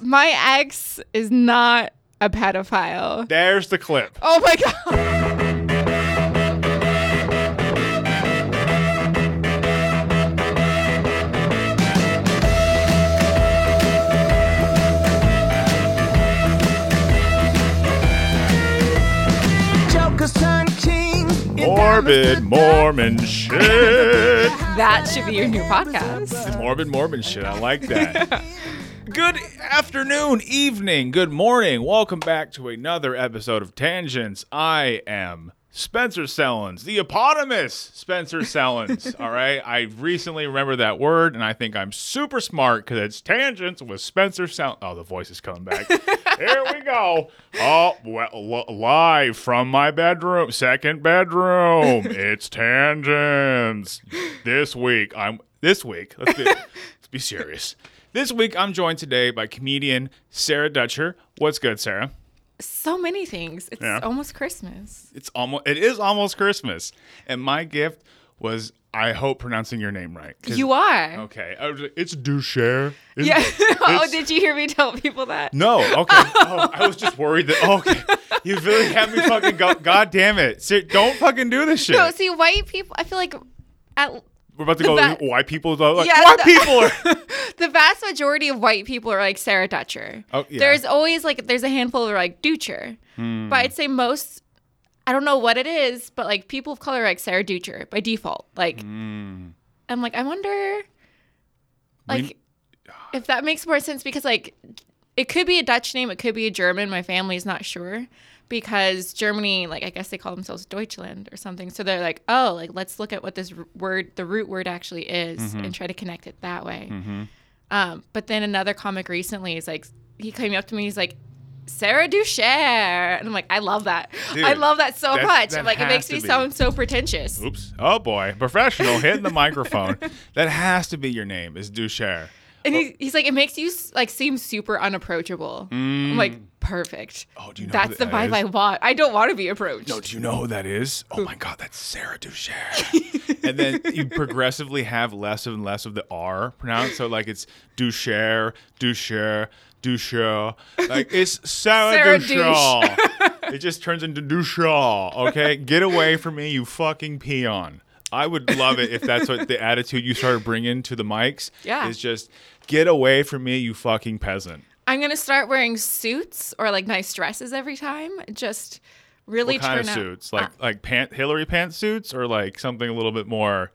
My ex is not a pedophile. There's the clip. Oh my god. Joker's turned king. and Morbid diamonds Mormon shit. That should be your new podcast. Morbid Mormon shit. I like that. Good afternoon, evening, good morning. Welcome back to another episode of Tangents. I am Spencer Sellens, the eponymous Spencer Sellens. all right. I recently remembered that word, and I think I'm super smart because it's Tangents with Spencer Sellens. Oh, the voice is coming back. Here we go. Oh, well, li- live from my bedroom, second bedroom. It's Tangents. This week, I'm. This week, let's be, let's be serious. This week, I'm joined today by comedian Sarah Dutcher. What's good, Sarah? So many things. It's Yeah. almost Christmas. It's almost it is almost Christmas, and my gift was I hope pronouncing your name right. 'Cause- You are. okay. I was like, it's Duchère. It's- Yeah. oh, it's- did you hear me tell people that? No. Okay. Oh, I was just worried that. oh, Okay. You really had me fucking go. God damn it! Ser- don't fucking do this shit. No, see, white people, I feel like at, We're about to go. that- why people? Though, like, Yeah, why the- people are? the vast majority of white people are like Sarah Dutcher. Oh, yeah. Hmm. There's always like there's a handful of like Dutcher, but I'd say most. I don't know what it is, but like people of color are like Sarah Dutcher by default. Like, Hmm. I'm like I wonder, like, if that makes more sense because like it could be a Dutch name, it could be a German. My family's not sure because Germany, like I guess they call themselves Deutschland or something. So they're like, oh, like let's look at what this r- word, the root word actually is, Mm-hmm. and try to connect it that way. Um, but then another comic recently is like, he came up to me, he's like. Sarah Duchère. And I'm like, I love that. I Dude, love that so that's- much. that like, it has makes to me be. sound so pretentious. Oops. Oh boy. Professional hitting the microphone. That has to be your name. Is Duchère. And he, he's like, it makes you s- like seem super unapproachable. I'm like, perfect. Mm. Oh, do you know who That's the that vibe is? I want. I don't want to be approached. No, do you know who that is? Oh my God, that's Sarah Duchère. and then you progressively have less and less of the R pronounced. So, like, it's Duchère, Duchère, Duchère. Like, it's Sarah Sarah, Duchère. it just turns into Duchère, okay? Get away from me, you fucking peon. I would love it if that's what the attitude you started bringing to the mics Yeah. is just get away from me, you fucking peasant. I'm gonna start wearing suits or like nice dresses every time. Just really What kind of turn out- suits? Like like pant Hillary pantsuits or like something a little bit more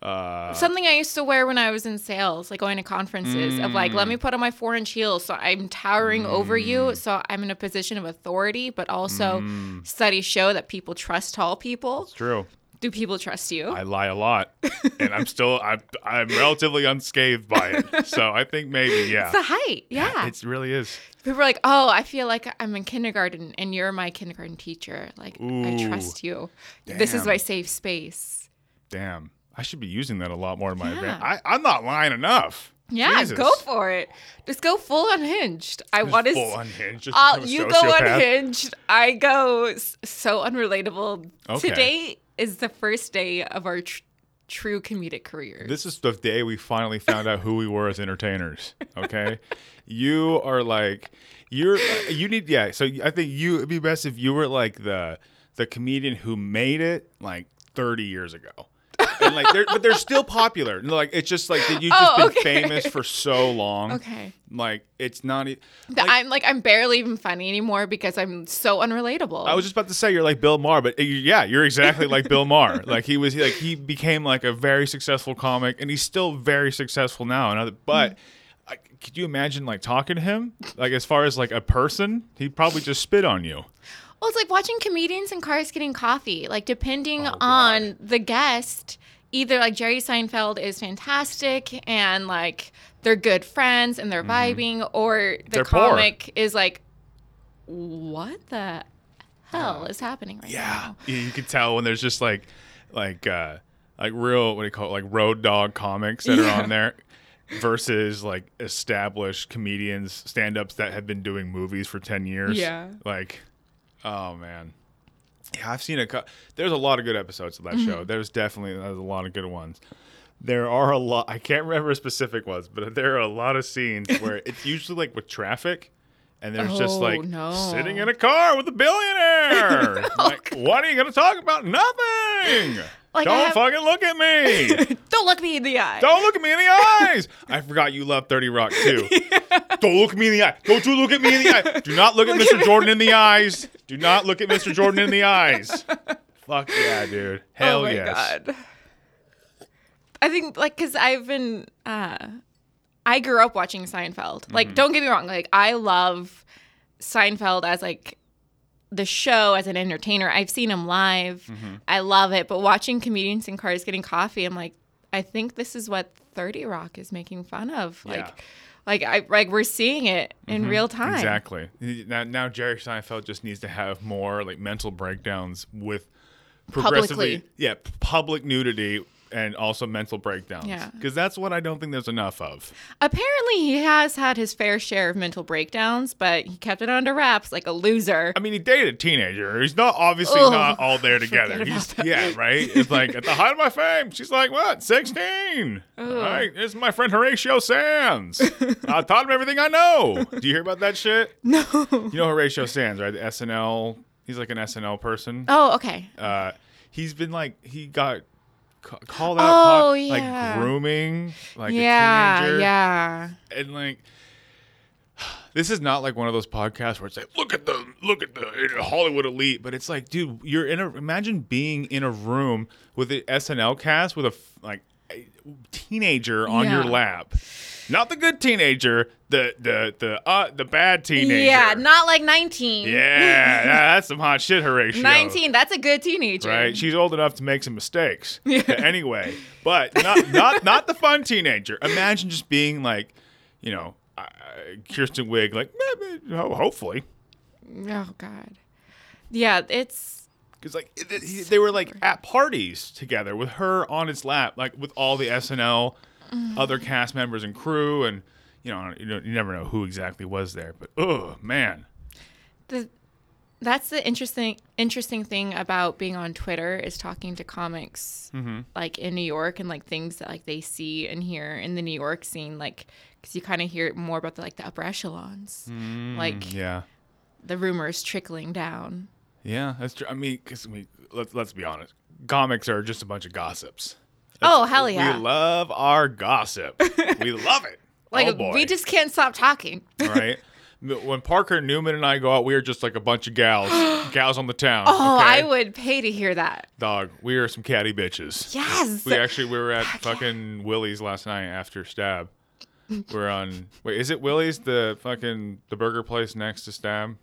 Uh, something I used to wear when I was in sales, like going to conferences. Of like, Mm. let me put on my four inch heels, so I'm towering over you, so I'm in a position of authority. But also, Mm. studies show that people trust tall people. true. Do people trust you? I lie a lot, and I'm still I'm I'm relatively unscathed by it. So I think maybe it's the yeah, height, yeah. it really is. People are like, "Oh, I feel like I'm in kindergarten, and you're my kindergarten teacher. Like, I Ooh. trust you. This is Damn. my safe space." Damn, I should be using that a lot more in my Yeah. advan- I I'm not lying enough. Yeah, Jesus. go for it. Just go full unhinged. I want to. full unhinged. Just I'll, become a you go sociopath. unhinged. I go s- so unrelatable. Okay. Today is the first day of our tr- true comedic career. This is the day we finally found out who we were as entertainers. Okay, you are like you're you need yeah. So I think you it'd be best if you were like the the comedian who made it like 30 years ago. and like they're, but they're still popular. And, Like it's just like that you've just Oh, been okay. famous for so long. Okay. Like it's not. e- That like, I'm like I'm barely even funny anymore because I'm so unrelatable. I was just about to say you're like Bill Maher, but uh, yeah, you're exactly like Bill Maher. Like he was like he became like a very successful comic, and he's still very successful now. And other, but I, could you imagine like talking to him? Like as far as like a person, he'd probably just spit on you. Well, it's like watching comedians in cars getting coffee. Like, depending Oh, on the guest, either like Jerry Seinfeld is fantastic and like they're good friends and they're vibing, or the Mm-hmm. They're poor. comic is like, what the hell is happening right now? Oh. yeah, you could tell when there's just like like uh like real what do you call it like road dog comics that Yeah. are on there versus like established comedians stand-ups that have been doing movies for 10 years Yeah. like oh man Mm-hmm. yeah i've seen a cou- there's a lot of good episodes of that show there's definitely there's a lot of good ones there are a lot. I can't remember specific ones, but there are a lot of scenes where it's usually like with traffic, and there's just Oh, like no. sitting in a car with a billionaire. like, what are you gonna talk about? Nothing. Like, I Don't have- fucking look at me. Don't look me in the eye. Don't look at me in the eyes. I forgot you love 30 Rock too. Don't look me in the eye. Don't you look at me in the eye. Do not look at Mr. Jordan in the eyes. Do not look at Mr. Jordan in the eyes. Fuck yeah, dude. oh Hell my yes. god. I think like because I've been uh, I grew up watching Seinfeld. Mm-hmm. Like, don't get me wrong. Like, I love Seinfeld as like the show as an entertainer. I've seen him live. Mm-hmm. I love it. But watching comedians in cars getting coffee, I'm like, I think this is what Thirty Rock is making fun of. Yeah. Mm-hmm. Like, like I like we're seeing it in real time. Exactly. Now, now Jerry Seinfeld just needs to have more like mental breakdowns with progressively, Publicly. yeah, p- public nudity and also mental breakdowns. Yeah. because that's what I don't think there's enough of. Apparently, he has had his fair share of mental breakdowns, but he kept it under wraps like a loser. I mean, he dated a teenager. He's not obviously Ugh. not all there together. Forget He's, about that. yeah, right. It's like at the height of my fame, she's like what, sixteen? All right, this is my friend Horatio Sands. I taught him everything I know. Do you hear about that shit? No. You know Horatio Sands, right? The SNL. He's like an SNL person. Oh, okay. Uh, he's been like he got ca- called out, caught, Oh, like yeah. grooming, like a yeah, teenager, yeah. and like. This is not like one of those podcasts where it's like, look at the look at the Hollywood elite, but it's like, dude, you're in a imagine being in a room with an SNL cast with a f- like a teenager on your Yeah. lap, not the good teenager, the the the uh, the bad teenager. Yeah, not like 19. yeah, that's some hot shit, Horatio. 19, that's a good teenager. Right? She's old enough to make some mistakes. anyway, but not not not the fun teenager. Imagine just being like, you know, uh, Kirsten Wig, like "Meh, meh," ho- hopefully, Oh, God. Yeah, it's. because like it- it- he- they were like at parties together with her on his lap, like with all the SNL other cast members and crew, and you know, you, know, you never know who exactly was there, but oh man, The, that's the interesting interesting thing about being on Twitter is talking to comics Mm-hmm. like in New York and like things that like they see and hear in the New York scene like because you kind of hear more about the like the upper echelons like Mm, yeah. the rumors trickling down Yeah, that's true. I mean, because we let's let's be honest, comics are just a bunch of gossips. Oh, hell yeah. We love our gossip. we love it. like oh boy, we just can't stop talking right. M- When Parker Newman and I go out, we are just like a bunch of gals, gals on the town. Oh, okay? I would pay to hear that. Dog, we are some catty bitches. Yes. We actually we were at fucking Willie's last night after Stab. We're on. Wait, is it Willie's the fucking the burger place next to Stab?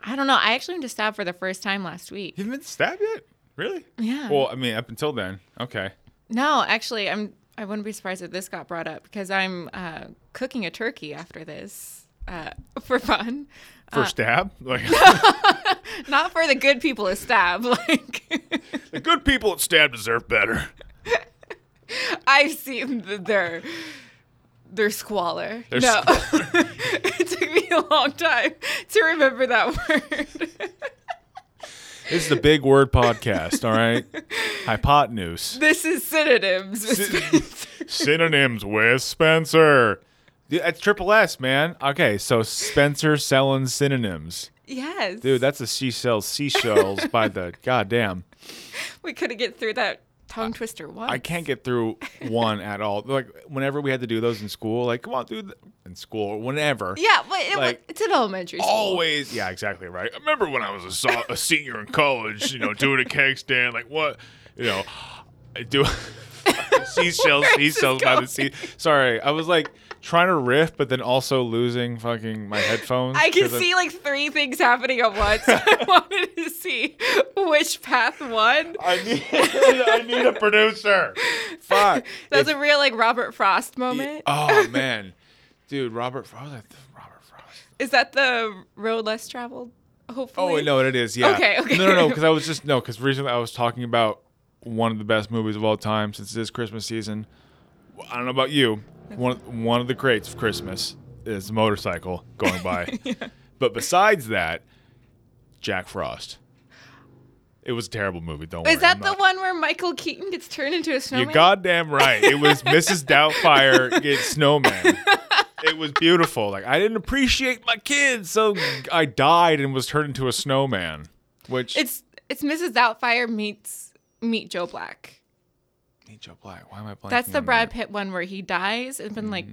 I don't know. I actually went to stab for the first time last week. You haven't been to Stab yet, really? Yeah. Well, I mean, up until then, okay. No, actually, I'm. I wouldn't be surprised if this got brought up because I'm uh, cooking a turkey after this uh, for fun, For Uh, Stab, like. not for the good people to stab. Like The good people at Stab deserve better. I've seen th- their their squalor. Their no, it took me a long time to remember that word. This is the Big Word Podcast, all right? Hypotenuse. this is synonyms. with Spencer. Synonyms with Spencer. Dude, that's triple S, man. Okay, so Spencer selling synonyms. yes, Dude, that's a she sells seashells by the goddamn. we couldn't get through that tongue twister once. I can't get through one at all. Like, whenever we had to do those in school, like, come on, dude. In school, or whenever. Yeah, but it, Like, like, it's an elementary school. always yeah exactly right i remember when i was a, so- a senior in college you know doing a keg stand like what you know i do seashells this seashells by the going? sea sorry i was like trying to riff but then also losing fucking my headphones I can 'cause see like three things happening at once. I wanted to see which path won. I need, I need a producer. Fuck. That's a real like Robert Frost moment. oh man, dude, Robert Frost. Robert Frost. Is that the road less traveled? Hopefully. Oh wait, no, it is. Yeah. Okay, okay. No, no, no. Because I was just no. Because recently I was talking about one of the best movies of all time since it is Christmas season. I don't know about you. One of- one of the greats of Christmas is a motorcycle going by. But besides that, Jack Frost. It was a terrible movie. Don't worry. Is that I'm the not- one where Michael Keaton gets turned into a snowman? You're goddamn right. It was Mrs. Doubtfire gets snowman. It was beautiful. Like I didn't appreciate my kids, so I died and was turned into a snowman. Which It's it's Mrs. Doubtfire meets meet Joe Black. Meet Joe Black. Mm. Why am I blanking? That's the on Brad that? Pitt one where he dies. It's been like,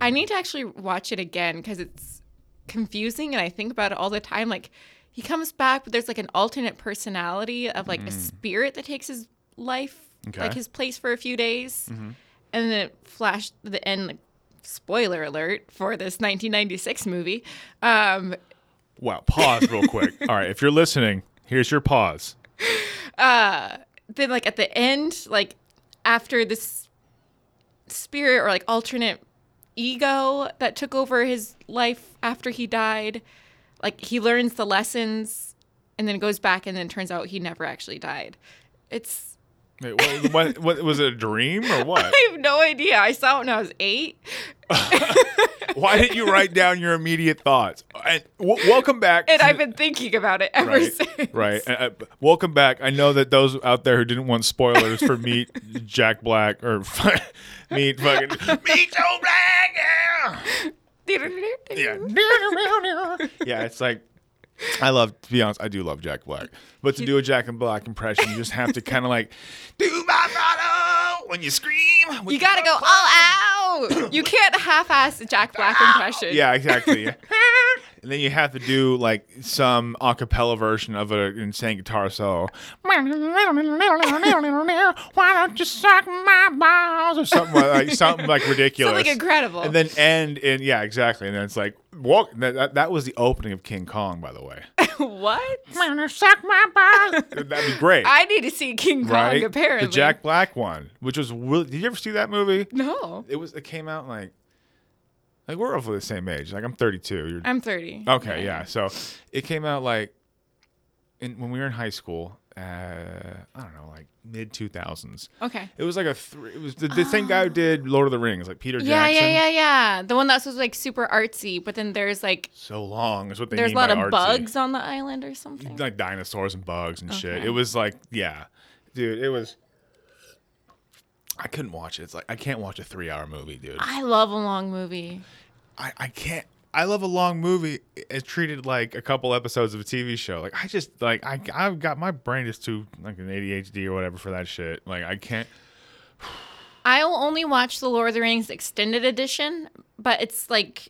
I need to actually watch it again because it's confusing and I think about it all the time. Like, he comes back, but there's like an alternate personality of like a spirit that takes his life, Mm. Okay. Mm-hmm. like his place for a few days. And then it flashed the end. Like, spoiler alert for this 1996 movie. Um, Wow. Pause real quick. All right. If you're listening, here's your pause. then like at the end like after this spirit or like alternate ego that took over his life after he died like he learns the lessons and then goes back and then turns out he never actually died it's Wait, what, what, what was it? A dream or what? i have no idea i saw it when i was eight Why didn't you write down your immediate thoughts? And w- welcome back. and to- i've been thinking about it ever right, since right. And, uh, welcome back. I know that those out there who didn't want spoilers for Meet Jack Black or Meet fucking Meet Joe Black. Yeah. Yeah. yeah, it's like I love to be honest, I do love Jack Black. But to do a Jack and Black impression, you just have to kind of like do my motto when you scream. with you gotta go all out you can't half-ass jack black impression Yeah, exactly. and then you have to do like some a cappella version of an insane guitar solo. Why don't you suck my balls or something like, like something like ridiculous. Something incredible. And then end in yeah, exactly. And then it's like walk that, that, that was the opening of King Kong by the way. what suck my balls. That'd be great. i need to see king kong right? apparently The Jack Black one, which was really, did you ever see that movie? no It was it came out like like we're roughly the same age. Like I'm 32. You're I'm 30. Okay, yeah. So it came out like in when we were in high school. Uh, I don't know, like mid two thousands. Okay. It was like a three. It was the, the same guy who did Lord of the Rings, like Peter Yeah, Jackson. yeah, yeah, yeah. The one that was like super artsy, but then there's like So long is what they there's a mean lot of by artsy. bugs on the island or something. like dinosaurs and bugs and shit. Okay. It was like, yeah, dude, it was. I couldn't watch it. It's like I can't watch a three-hour movie, dude. I love a long movie. I, I can't. I love a long movie. It's treated like a couple episodes of a TV show. Like I just like I I've got my brain is too like an ADHD or whatever for that shit. Like I can't. I'll only watch the Lord of the Rings extended edition, but it's like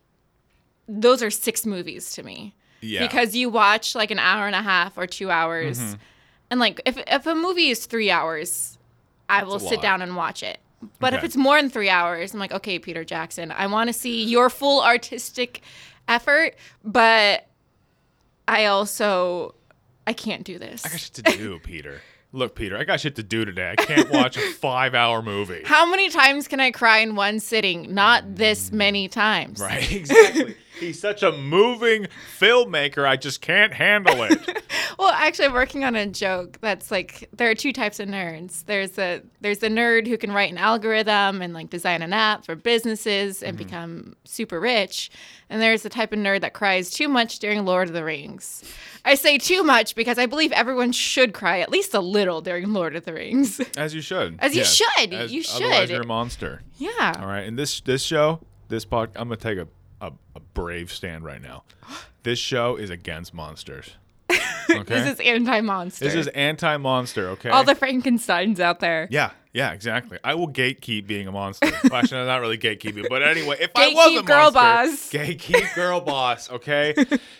those are six movies to me. Yeah. Mm-hmm. Because you watch like an hour and a half or 2 hours. And like if if a movie is 3 hours, I will a sit lot. down and watch it. But if Okay. it's more than 3 hours, I'm like, "Okay, Peter Jackson, I want to see your full artistic effort, but I also I can't do this." I got shit to do, Peter. Look, Peter, I got shit to do today. I can't watch a five-hour movie. How many times can I cry in one sitting? Not this many times. Mm. Right, exactly. He's such a moving filmmaker. I just can't handle it. Well, actually, I'm working on a joke that's like there are two types of nerds. There's a there's the nerd who can write an algorithm and like design an app for businesses and become super rich, and there's the type of nerd that cries too much during Lord of the Rings. I say too much because I believe everyone should cry at least a little during Lord of the Rings. As you should. As you should. You Otherwise, should. you're a monster. yeah. All right, and this this show, this pod, I'm gonna take a, a, a brave stand right now. This show is against monsters. Okay, This is anti-monster. This is anti-monster. Okay, all the Frankenstein's out there. yeah, yeah, exactly. I will gatekeep being a monster. well, actually, I'm not really gatekeeping, but anyway, if I was a Gatekeep girl boss. monster, gatekeep girl boss. Okay,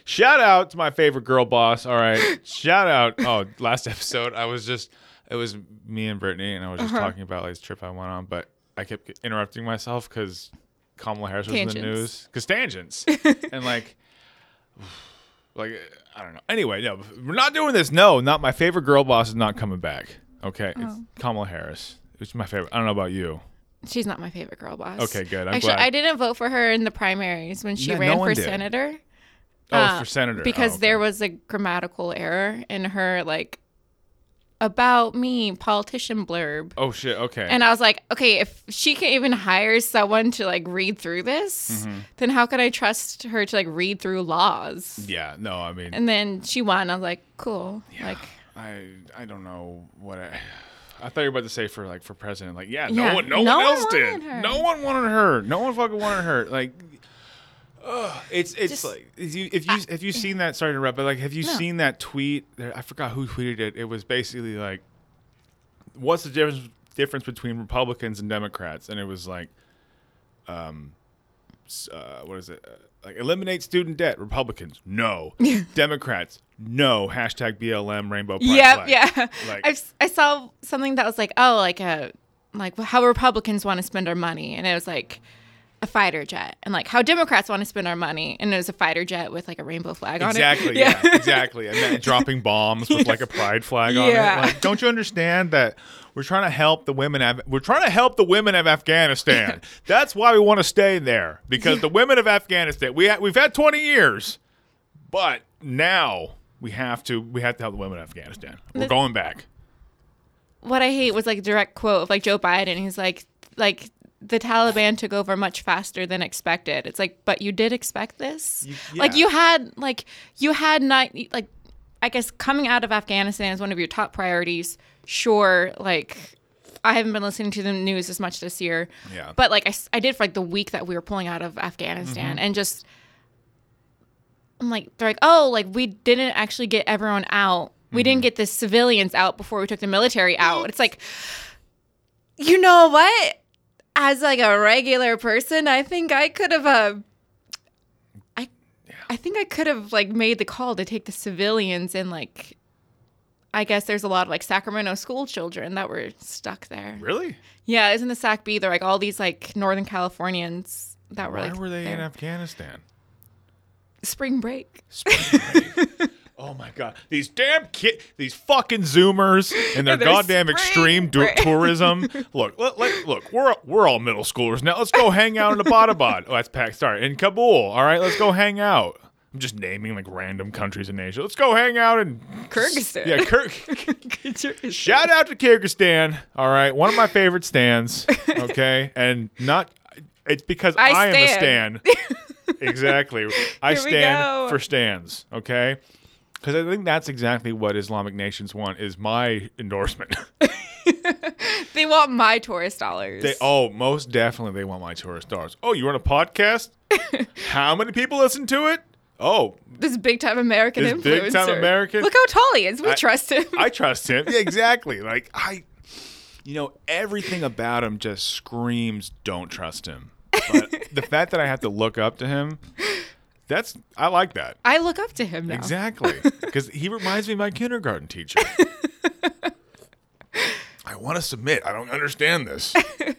shout out to my favorite girl boss. All right, shout out. Oh, last episode, I was just it was me and Brittany, and I was just Uh-huh. talking about like this trip I went on, but I kept interrupting myself because Kamala Harris was in the Tangents. news because tangents and like like I don't know. Anyway, no, we're not doing this. No, not my favorite girl boss is not coming back. Okay, Oh. it's Kamala Harris. It's my favorite. I don't know about you. She's not my favorite girl boss. Okay, good. I'm Actually, glad. I didn't vote for her in the primaries when she Yeah, no ran one for did. senator. Oh, Uh, for senator. Because Oh, okay. there was a grammatical error in her like about me politician blurb. Oh shit. Okay. And I was like, okay, if she can't even hire someone to like read through this, Mm-hmm. then how can I trust her to like read through laws? yeah. No, I mean, And then she won. I was like, cool. Like I I don't know what I. I thought you were about to say for like for president, like yeah, Yeah. no one, no, No one, one else did. wanted her. No one wanted her. No one fucking wanted her. Like, ugh, it's it's Just- like if you if you have you seen that? Sorry to interrupt, but like have you seen that tweet? There- I forgot who tweeted it. It was basically like, what's the difference difference between Republicans and Democrats? And it was like, uh, what is it? Uh, Like eliminate student debt. Republicans, no. Democrats, no. Hashtag BLM Rainbow. Pride Yep, flag. yeah. Like- I've, s- I saw something that was like, oh, like a like how Republicans want to spend our money, and it was like a fighter jet, and like how Democrats want to spend our money, and it was a fighter jet with like a rainbow flag on it. Exactly. Yeah. exactly. And then dropping bombs with like a pride flag Yeah. on it. Like, don't you understand that we're trying to help the women? Of, we're trying to help the women of Afghanistan. That's why we want to stay there because the women of Afghanistan. We ha- we've had twenty years, but now we have to we have to help the women of Afghanistan. We're This- going back. what I hate was like a direct quote of like Joe Biden. He's like, like the Taliban took over much faster than expected. It's like, but you did expect this. Like yeah. you had like you had not like I guess coming out of Afghanistan is one of your top priorities. Sure, like I haven't been listening to the news as much this year. Yeah. But like I, s- I did for like the week that we were pulling out of Afghanistan and just I'm like, they're like, oh, like we didn't actually get everyone out. We didn't get the civilians out before we took the military out. It's like, you know what? As like a regular person, I think I could have, uh, I, I think I could have like made the call to take the civilians and like, I guess there's a lot of like Sacramento school children that were stuck there. Really? Yeah, isn't the SAC B? They're like all these like Northern Californians that were Why like were they in there. Afghanistan? spring break. Oh my god! These damn kid, these fucking Zoomers and their And their goddamn spring extreme du- break. tourism. Look, let, let, look, we're we're all middle schoolers now. Let's go hang out in Abbottabad. Oh, that's Pakistan. In Kabul. All right, let's go hang out. I'm just naming like random countries in Asia. Let's go hang out in Kyrgyzstan. Yeah, Kirk. Shout out to Kyrgyzstan. All right, one of my favorite stands. Okay, and not it's because I, I am stand. a stan. exactly, I Here we stand go. for stands. Okay, because I think that's exactly what Islamic nations want is my endorsement. They want my tourist dollars. they oh, most definitely they want my tourist stars. Oh, you run a podcast? How many people listen to it? Oh, this big time American This influencer. big-time American- Look how tall he is. We I- trust him. I trust him. Yeah, exactly. Like I, you know, everything about him just screams don't trust him. But the fact that I have to look up to him, that's I like that I look up to him now. exactly because he reminds me of my kindergarten teacher. I want to submit. I don't understand this.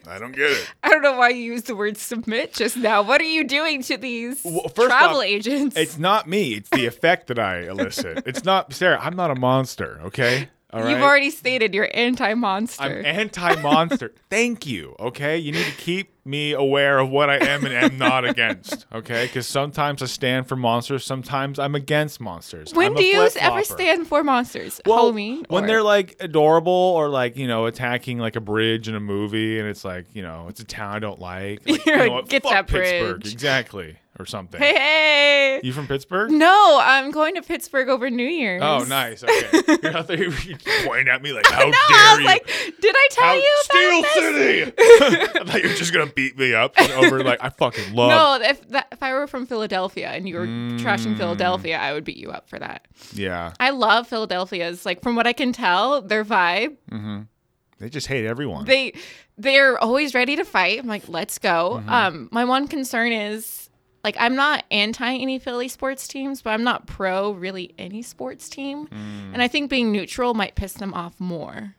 I don't get it. I don't know why you used the word submit just now. What are you doing to these Well, first travel off, agents? It's not me. It's the effect that I elicit. It's not Sarah. I'm not a monster. Okay. All You've right? already stated you're anti monster. I'm anti monster. Thank you. Okay. You need to keep me aware of what I am and am not against. Okay. Because sometimes I stand for monsters, sometimes I'm against monsters. when I'm a do you flip-flopper. ever stand for monsters? Well, Homie? when or- they're like adorable or like you know attacking like a bridge in a movie, and it's like you know it's a town I don't like. Like, you You're know like, what? "Get Fuck that Pittsburgh. bridge. exactly or something. hey, hey. You from Pittsburgh? No, I'm going to Pittsburgh over New Year's. Oh, nice. Okay, you're out there. You point at me like, how No, dare I was you? like, did I tell How- you Steel about this? City. I thought you were just gonna beat me up and over like I fucking love. No, if that, if I were from Philadelphia and you were trashing Mm. Philadelphia, I would beat you up for that. Yeah, I love Philadelphia's like from what I can tell, their vibe. they just hate everyone. They they're always ready to fight. I'm like, let's go. Mm-hmm. Um, my one concern is like I'm not anti any Philly sports teams, but I'm not pro really any sports team. Mm. And I think being neutral might piss them off more.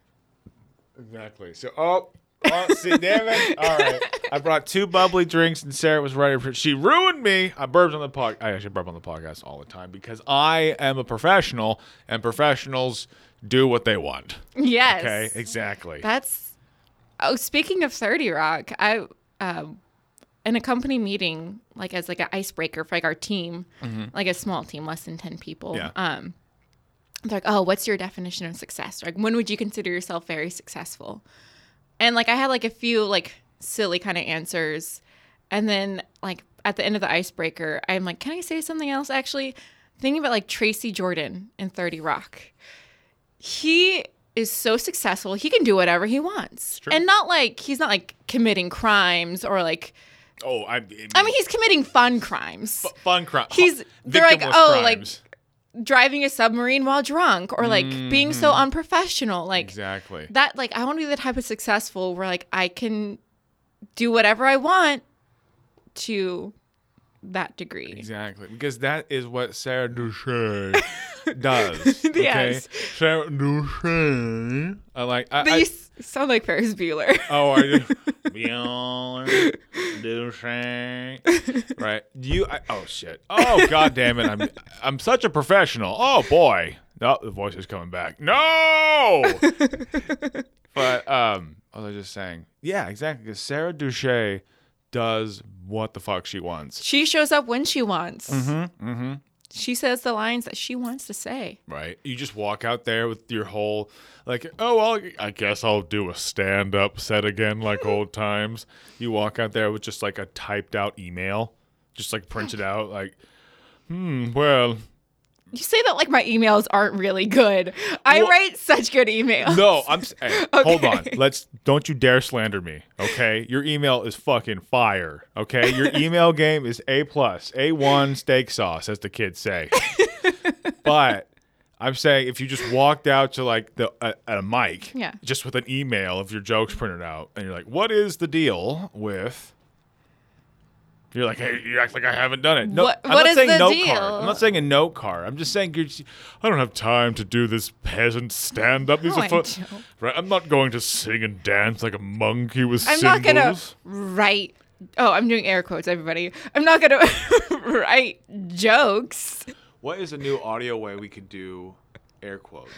exactly. So oh. oh, see, damn it. All right. I brought two bubbly drinks, and Sarah was ready for. She ruined me. I burped on the pod. I actually burp on the podcast all the time because I am a professional, and professionals do what they want. Yes. Okay, exactly. That's oh. Speaking of Thirty Rock, I um, in a company meeting, like as like an icebreaker for like our team, like a small team, less than ten people. Yeah. Um, they're like, oh, what's your definition of success? Like, when would you consider yourself very successful? And like, I had like a few like silly kind of answers, and then like at the end of the icebreaker, I'm like, can I say something else? Actually, thinking about like Tracy Jordan in Thirty Rock he is so successful he can do whatever he wants true. and not like he's not like committing crimes or like Oh, I. i mean he's committing fun crimes fun crime. he's- they're like, oh, like- driving a submarine while drunk or like being so unprofessional like exactly. that like i want to be the type of successful where like i can do whatever i want to that degree Exactly, because that is what Sarah Duchesne does. Okay? Yes. Sarah Duchesne. I like. I, but I- you s- sound like ferris bueller oh, are you? Bueller, Duchesne. Right. You. I, oh shit. Oh god damn it. I'm. I'm such a professional. Oh boy. No, the voice is coming back. No. but um, what was I just saying? Yeah, exactly. Because Sarah Duchesne does what the fuck she wants. she shows up when she wants Mm-hmm, she says the lines that she wants to say Right. You just walk out there with your whole, like, oh, well, I guess I'll do a stand up set again, like old times. You walk out there with just like a typed out email, just like printed out, like, hmm, well, you say that like my emails aren't really good i Well- write such good emails no, I'm, s- hey, hold on. Okay. Let's, don't you dare slander me, okay? Your email is fucking fire, okay? Your email game is A plus, A1 steak sauce, as the kids say. but I'm saying if you just walked out to like the a, a mic, Yeah. just with an email of your jokes printed out, and you're like, "What is the deal with?" You're like, "Hey, you act like I haven't done it." No, What- I'm what not is saying the note deal? card. I'm not saying a note card. I'm just saying, you're just, I don't have time to do this peasant stand up. These No, are I fu- don't. right? I'm not going to sing and dance like a monkey with i'm cymbals. not gonna write oh i'm doing air quotes everybody i'm not gonna write jokes What is a new audio way we could do air quotes?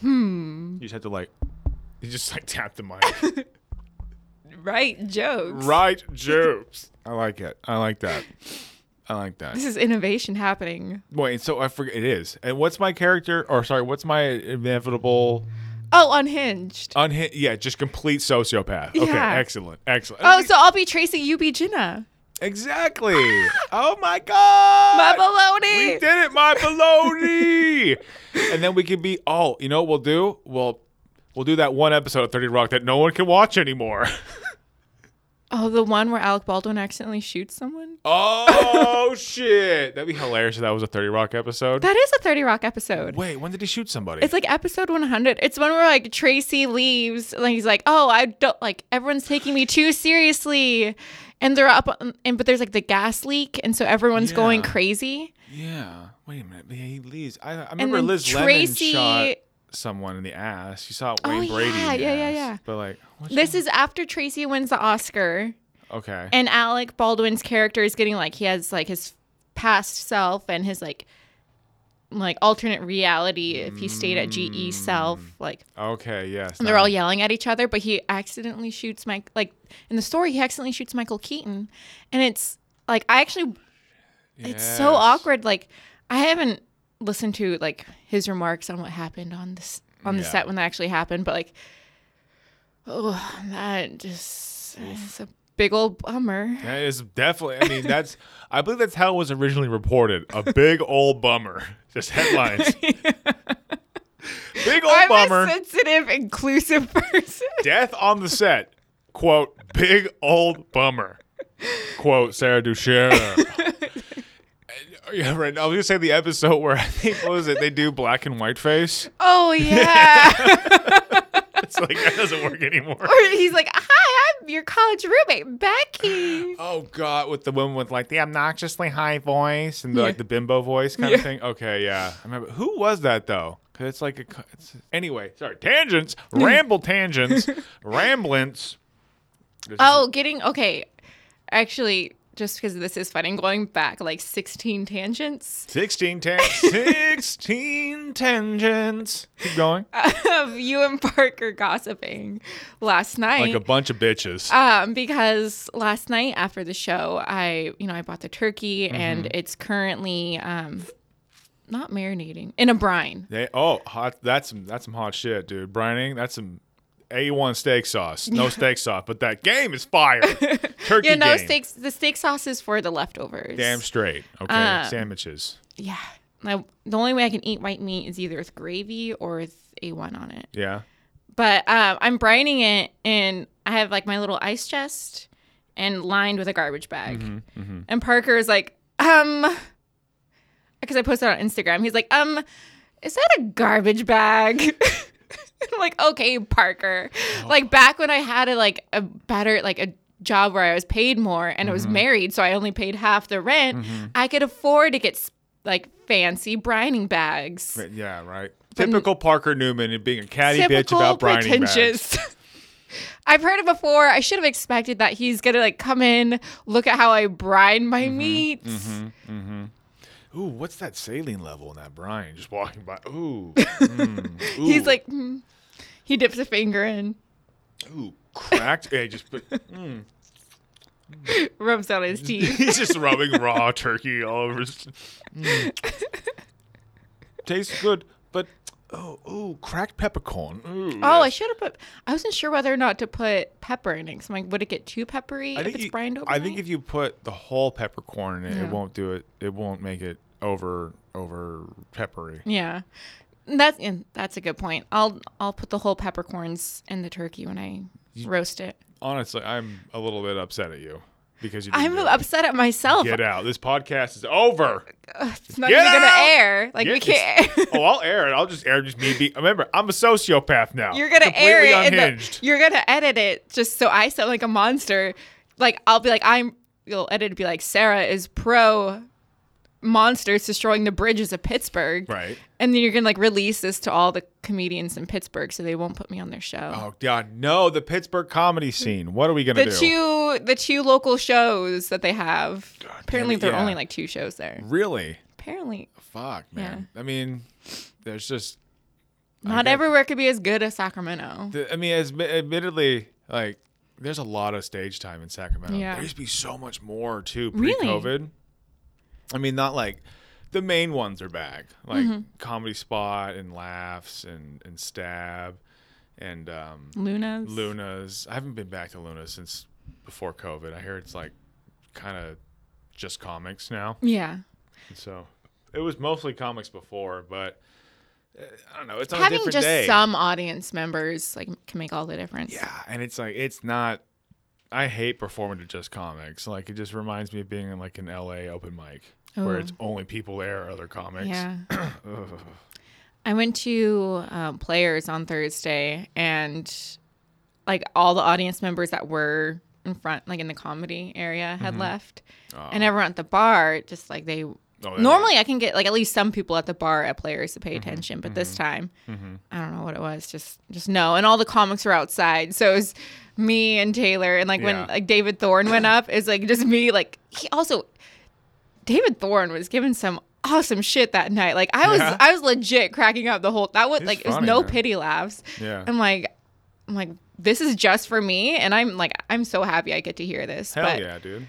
Hmm. You just have to like, you just like tap the mic. write jokes right jokes. I like it. I like that. I like that. This is innovation happening. Wait, so I forget it is. And what's my character? Or sorry, what's my inevitable Oh, unhinged. unhit? Yeah, just complete sociopath. Okay, Yeah. excellent, excellent. Oh, so I'll be Tracy, you be Jenna. exactly. oh my god, My We baloney. did it, my baloney. and then we could be. Oh, you know what we'll do? We'll we'll do that one episode of Thirty Rock that no one can watch anymore. Oh, the one where Alec Baldwin accidentally shoots someone? oh shit, that'd be hilarious if that was a Thirty Rock episode. That is a 30 Rock episode. Wait, when did he shoot somebody? It's like episode 100. It's one where like Tracy leaves and he's like, "Oh, I don't like everyone's taking me too seriously." And they're up on- and but there's like the gas leak and so everyone's going Yeah. crazy. Yeah. Wait a minute. Yeah, he leaves. I, I And remember then Liz Tracy- Lemon shot someone in the ass. You saw Oh, Wayne Brady. in yeah, the yeah, yeah, ass. yeah. But like, what's This is after Tracy wins the Oscar. okay. and Alec Baldwin's character is getting like he has like his past self and his like like alternate reality if he stayed at Mm. GE self like okay. Yes. and now- they're all yelling at each other but he accidentally shoots Mike like in the story he accidentally shoots Michael Keaton and it's like I actually it's so Yes. awkward like I haven't listened to like his remarks on what happened on this on the Yeah. set when that actually happened but like oh that just it's a big old bummer That is definitely. I mean, that's. I believe that's how it was originally reported. A big old bummer. Just headlines. big old I'm bummer. a sensitive, inclusive person. Death on the set. Quote, big old bummer. Quote, Sarah Duchesne. Uh, yeah, right. I was going to say the episode where I think, what was it? They do black and white face. Oh yeah. It's like, that doesn't work anymore. or he's like, "Hi, I'm your college roommate, Becky." Oh, God. With the woman with like the obnoxiously high voice and the, like Yeah. the bimbo voice kind of thing. Okay, yeah. I remember. Who was that, though? Because it's like a. co- It's, anyway, sorry. Tangents. Ramble tangents. ramblance. This is- Oh, getting okay. Actually, just because this is fun and going back like 16 tangents 16 tangents. 16 tangents. Keep going. of you and Parker gossiping last night. Like a bunch of bitches. um, because last night after the show, I you know I bought the turkey Mm-hmm. and it's currently um, not marinating in a brine. they, oh, hot. That's some, that's some hot shit, dude. Brining, that's some A1 steak sauce. No steak sauce, but that game is fire. Turkey Yeah, no game. steaks. The steak sauce is for the leftovers. Damn straight. Okay. Um, Sandwiches. Yeah. I, the only way I can eat white meat is either with gravy or with A1 on it. Yeah. But um, I'm brining it, and I have like my little ice chest and lined with a garbage bag. And Parker is like, um, because I posted on Instagram, he's like, um, is that a garbage bag? I'm like, okay, Parker. Like back when I had a like a better like a job where I was paid more and I was married, so I only paid half the rent. I could afford to get s- like fancy brining bags. But yeah, right. Typical Parker Newman and being a catty bitch Typical about E. brining bags. pretentious. I've heard it before. I should have expected that he's gonna like come in, look at how I brine my Mm-hmm. meats. Ooh, what's that saline level in that brine? Just walking by. Ooh. He's Ooh. like, mm. he dips a finger in, Ooh, cracked. Yeah, just put, rubs out his teeth. he's just rubbing raw turkey all over. His, Mm. Tastes good, but oh, ooh, cracked peppercorn. Ooh, Oh, I should have put. I wasn't sure whether or not to put pepper in it. 'cause I'm like, would it get too peppery if it's you, brined over? I think if you put the whole peppercorn in it, it won't do it. It won't make it over over peppery. yeah, that's and that's a good point. I'll I'll put the whole peppercorns in the turkey when I roast it. Honestly, I'm a little bit upset at you because you. Didn't I'm do it. upset at myself. Get out! This podcast is over. It's not Get even gonna out! air. Like we Yeah, it's- can't. oh, I'll air it. I'll just air just me. Be, remember, I'm a sociopath now. You're gonna Completely air it. and the- Unhinged. you're gonna edit it just so I sound like a monster. Like I'll be like I'm. You'll edit and be like Sarah is pro monsters destroying the bridges of Pittsburgh. Right. And then you're gonna like release this to all the comedians in Pittsburgh so they won't put me on their show. Oh God, no! The Pittsburgh comedy scene. What are we gonna the do? two the two local shows that they have. Apparently it, there are yeah. only like two shows there. really? Apparently. Fuck, man. I mean, there's just. Not guess- everywhere could be as good as Sacramento. the- I mean, as admittedly, like there's a lot of stage time in Sacramento. Yeah. There used to be so much more too Really? pre-COVID. I mean, not like the main ones are back, like Mm-hmm. Comedy Spot and Laughs and and Stab and um, Luna's. Luna's. I haven't been back to Luna's since before COVID. I hear it's like kind of just comics now. Yeah. So it was mostly comics before, but uh, I don't know. It's on a Having different just day. some audience members like can make all the difference. yeah, and it's like it's not. I hate performing to just comics. Like it just reminds me of being in like an LA open mic where Ooh. it's only people there, are other comics. Oh. Yeah. I went to um, Players on Thursday, and like all the audience members that were in front, like in the comedy area, had left, and everyone at the bar just like they. Oh, yeah. Normally, I can get like at least some people at the bar at Players to pay Mm-hmm. attention, but this time, I don't know what it was. Just, just no. And all the comics were outside, so it was me and Taylor, and like Yeah. when like David Thorne went up, it's like just me. Like he also David Thorne was giving some awesome shit that night. Like I was Yeah? I was legit cracking up the whole that was He's like it was funny, no man. pity laughs. Yeah. I'm like I'm like this is just for me and I'm like I'm so happy I get to hear this. Hell but yeah, dude.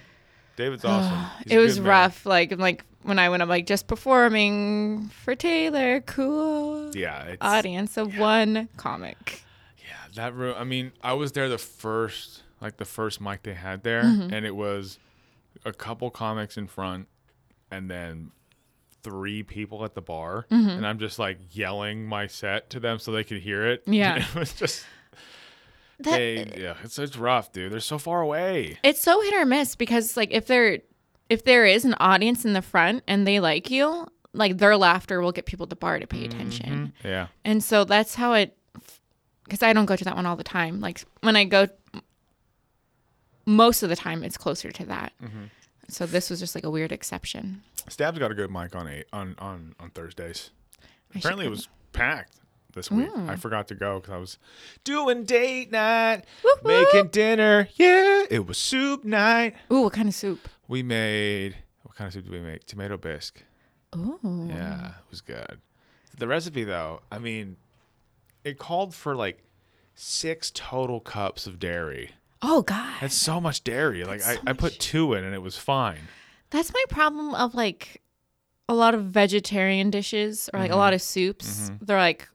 David's awesome. He's a it was good man. rough. Like I'm like when I went I'm like just performing for Taylor, cool Yeah, it's, audience of one comic. Yeah, that room. I mean, I was there the first, like the first mic they had there, Mm-hmm. and it was a couple comics in front, and then three people at the bar, Mm-hmm. and I'm just like yelling my set to them so they could hear it. Yeah. it was just That- they. Yeah, it's it's rough, dude. They're so far away. it's so hit or miss because like if there if there is an audience in the front and they like you, like their laughter will get people at the bar to pay attention. Yeah, And so that's how it, because I don't go to that one all the time. Like when I go, most of the time it's closer to that. Mm-hmm. So this was just like a weird exception. Stab's got a good mic on eight on on on Thursdays. I should Apparently, it go. was packed this week. I forgot to go because I was doing date night, making dinner. Yeah, it was soup night. Ooh, what kind of soup? We made what kind of soup did we make? Tomato bisque. Ooh. Yeah, it was good. The recipe, though, I mean, it called for like six total cups of dairy. Oh God, That's so much dairy. Like I, so I put two in and it was fine. that's my problem of like a lot of vegetarian dishes or like a lot Mm-hmm. of soups. They're like,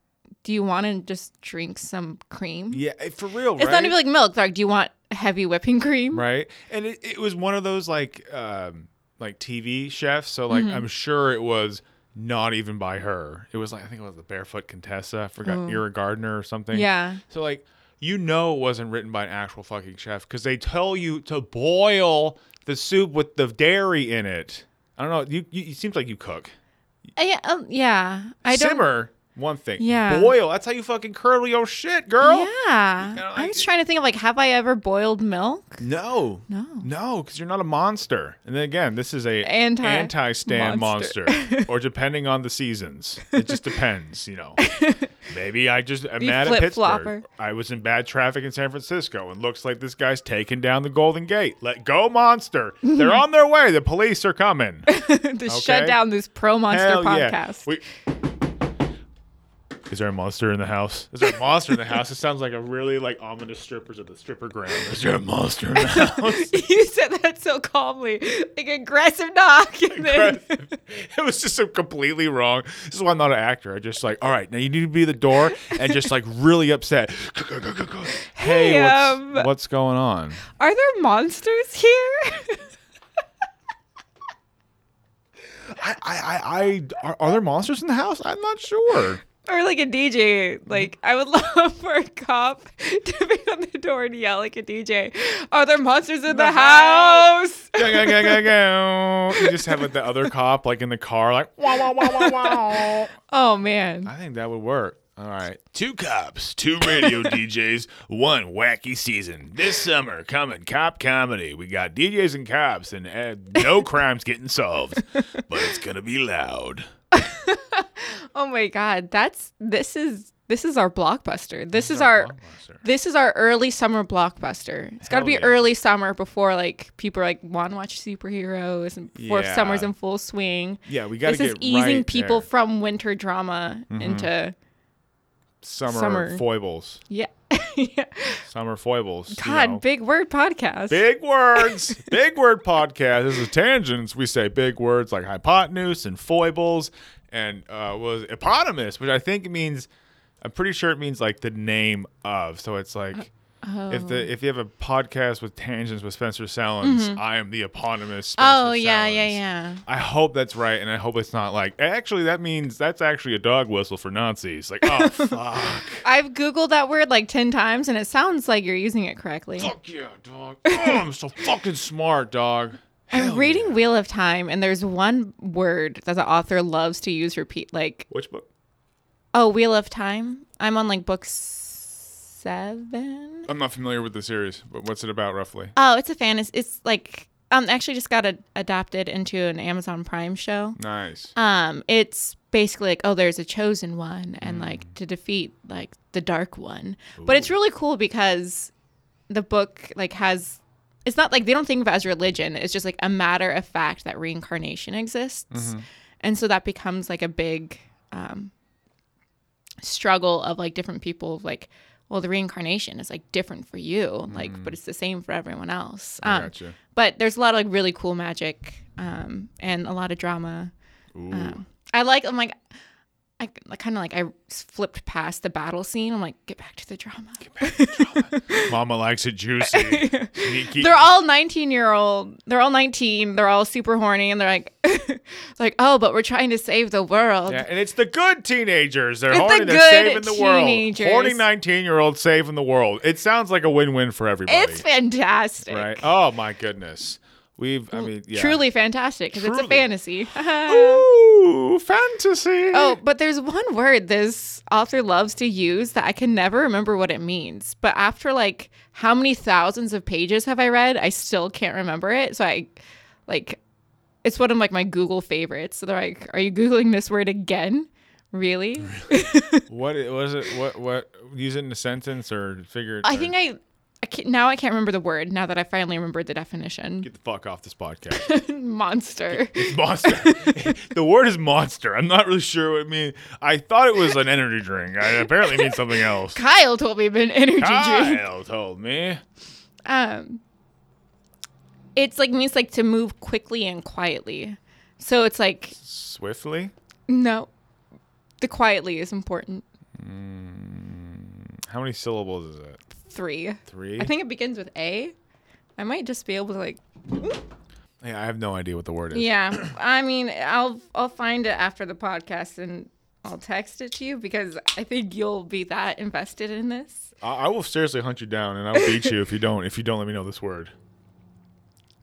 do you want to just drink some cream? Yeah, eh, for real. It's right? not even like milk. They're like, do you want heavy whipping cream? right and Mm-hmm. it, it was one of those like um like tv chefs so like i'm sure it was not even by her. It was like I think it was the Barefoot Contessa. I forgot Ira Gardner or something. Mm-hmm. Yeah. So like you know it wasn't written by an actual fucking chef because they tell you to boil the soup with the dairy in it. I don't know. You, you it seems like you cook. I, um, yeah. I don't. Simmer one thing. Yeah. Boil. That's how you fucking curdle your shit, girl. Yeah. kinda I like was it. trying to think of like, have I ever boiled milk? No. No. No, because you're not a monster. And then again, this is a Anti- anti Stan monster. monster. or depending on the seasons. It just depends, you know. Maybe I just am You mad at Pittsburgh. flip-flopper. I was in bad traffic in San Francisco and looks like this guy's taking down the Golden Gate. Let go, monster. They're on their way. The police are coming. to shut down this pro monster Hell yeah. podcast. We- is there a monster in the house? Is there a monster in the house? It sounds like a really like ominous strippers at the stripper ground. Is there a monster in the house? you said that so calmly, like aggressive knock. And then, aggressive. it was just so completely wrong. This is why I'm not an actor. I just like, all right, now you need to be the door and just like really upset. hey, Hey, what's, um, what's going on? are there monsters here? I, I, I, I are, are there monsters in the house? I'm not sure. or like a DJ? Like, I would love for a cop to be on the door and yell like a DJ. Are there monsters in the, house? Go, go, go, go, go. You just have like the other cop like in the car, like wow, wow, wow, wow, wow. Oh man, I think that would work. All right. Two cops, two radio DJs, one wacky season. This summer, coming cop comedy. We got DJs and cops, and uh, no crimes getting solved. But it's going to be loud. oh my god, that's this is this is our blockbuster. This is our this is our early summer blockbuster. It's got to Hell be yeah. early summer before like people are like want to watch superheroes and before Yeah. summer's in full swing. Yeah, we got to This get is easing right people there. Mm-hmm. from winter drama into summer, summer. foibles. yeah. yeah. Summer foibles. you God, know. big word podcast. Big words, big word podcast. This is tangents. We say big words like hypotenuse and foibles, and uh, was eponymous, which I think means. I'm pretty sure it means like the name of. So it's like Uh, if oh. the if you have a podcast with tangents with Spencer Sellens, I am the eponymous. Spencer Mm-hmm. Oh, yeah, yeah, Sellens. yeah. I hope that's right, and I hope it's not like actually that means that's actually a dog whistle for Nazis. Like oh fuck, I've googled that word like 10 times and it sounds like you're using it correctly. fuck yeah, dog. Oh, I'm so fucking smart, dog. I'm reading Wheel of Time and there's one word that the author loves to use repeat like Which book? oh, Wheel of Time. I'm on like book 7. I'm not familiar with the series, but what's it about roughly? Oh, it's a fantasy. It's like um actually just got a- adapted into an Amazon Prime show. Nice. Um, it's basically like oh, there's a chosen one, and like to defeat like the dark one. But it's really cool because the book like has. It's not like they don't think of it as religion. It's just like a matter of fact that reincarnation exists, and so that becomes like a big um, struggle of like different people of like, well, the reincarnation is like different for you, like, but it's the same for everyone else. Um, gotcha. But there's a lot of like really cool magic um, and a lot of drama. Ooh. Um, I like. I'm like. I, kind of like I flipped past the battle scene. I'm like, get back to the drama. Mama likes it juicy. Sneaky. They're all 19 year old. They're all 19. They're all super horny, and they're like, it's like, oh, but we're trying to save the world. yeah, and it's the good teenagers. They're It's the horny. They're good saving the teenagers. world. Horny nineteen-year-old saving the world. It sounds like a win-win for everybody, It's fantastic. right? Oh my goodness. We've. I mean, yeah. Truly fantastic because it's a Truly. fantasy. Ooh, fantasy. Oh, but there's one word this author loves to use that I can never remember what it means. But after like how many thousands of pages have I read? I still can't remember it. So I like it's one of like my Google favorites. So they're like, "Are you googling this word again?" Really? What it- was it? What? What? Use it in a sentence or figure. it- I or- think I, I can't, now I can't remember the word. Now that I finally remembered the definition, Get the fuck off this podcast. monster. monster. the word is monster. I'm not really sure what it means. I thought it was an energy drink. I, apparently, it means something else. Kyle told me about an energy drink. Kyle told me. um it's like means like to move quickly and quietly so it's like Swiftly. no the quietly is important How many syllables is it? three Three. i think it begins with a i might just be able to like Yeah, I have no idea what the word is. Yeah, I mean, I'll I'll find it after the podcast and I'll text it to you because I think you'll be that invested in this. I, I will seriously hunt you down, and I'll beat you if you don't. If you don't let me know this word.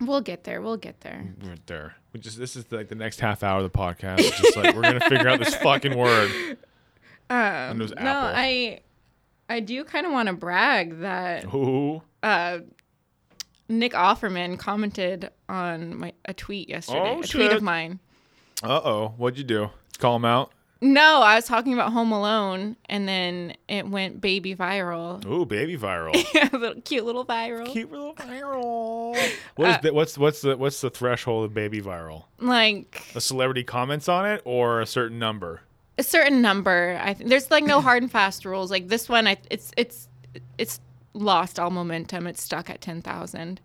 We'll get there. We'll get there. Right there. We just this is like the next half hour of the podcast. It's just like we're gonna figure out this fucking word. Um, No, I I do kind of want to brag that Ooh. Nick Offerman commented on my a tweet yesterday, Oh, a tweet shit. of mine. Uh oh. What'd you do? Call him out. No, I was talking about Home Alone, and then it went baby viral. Ooh, baby viral. little, cute little viral. Cute little viral. What is Uh, the, what's what's the what's the threshold of baby viral? Like A celebrity comments on it or a certain number? a certain number. I th- there's like no hard and fast rules. Like this one, I it's it's it's lost all momentum. It's stuck at ten thousand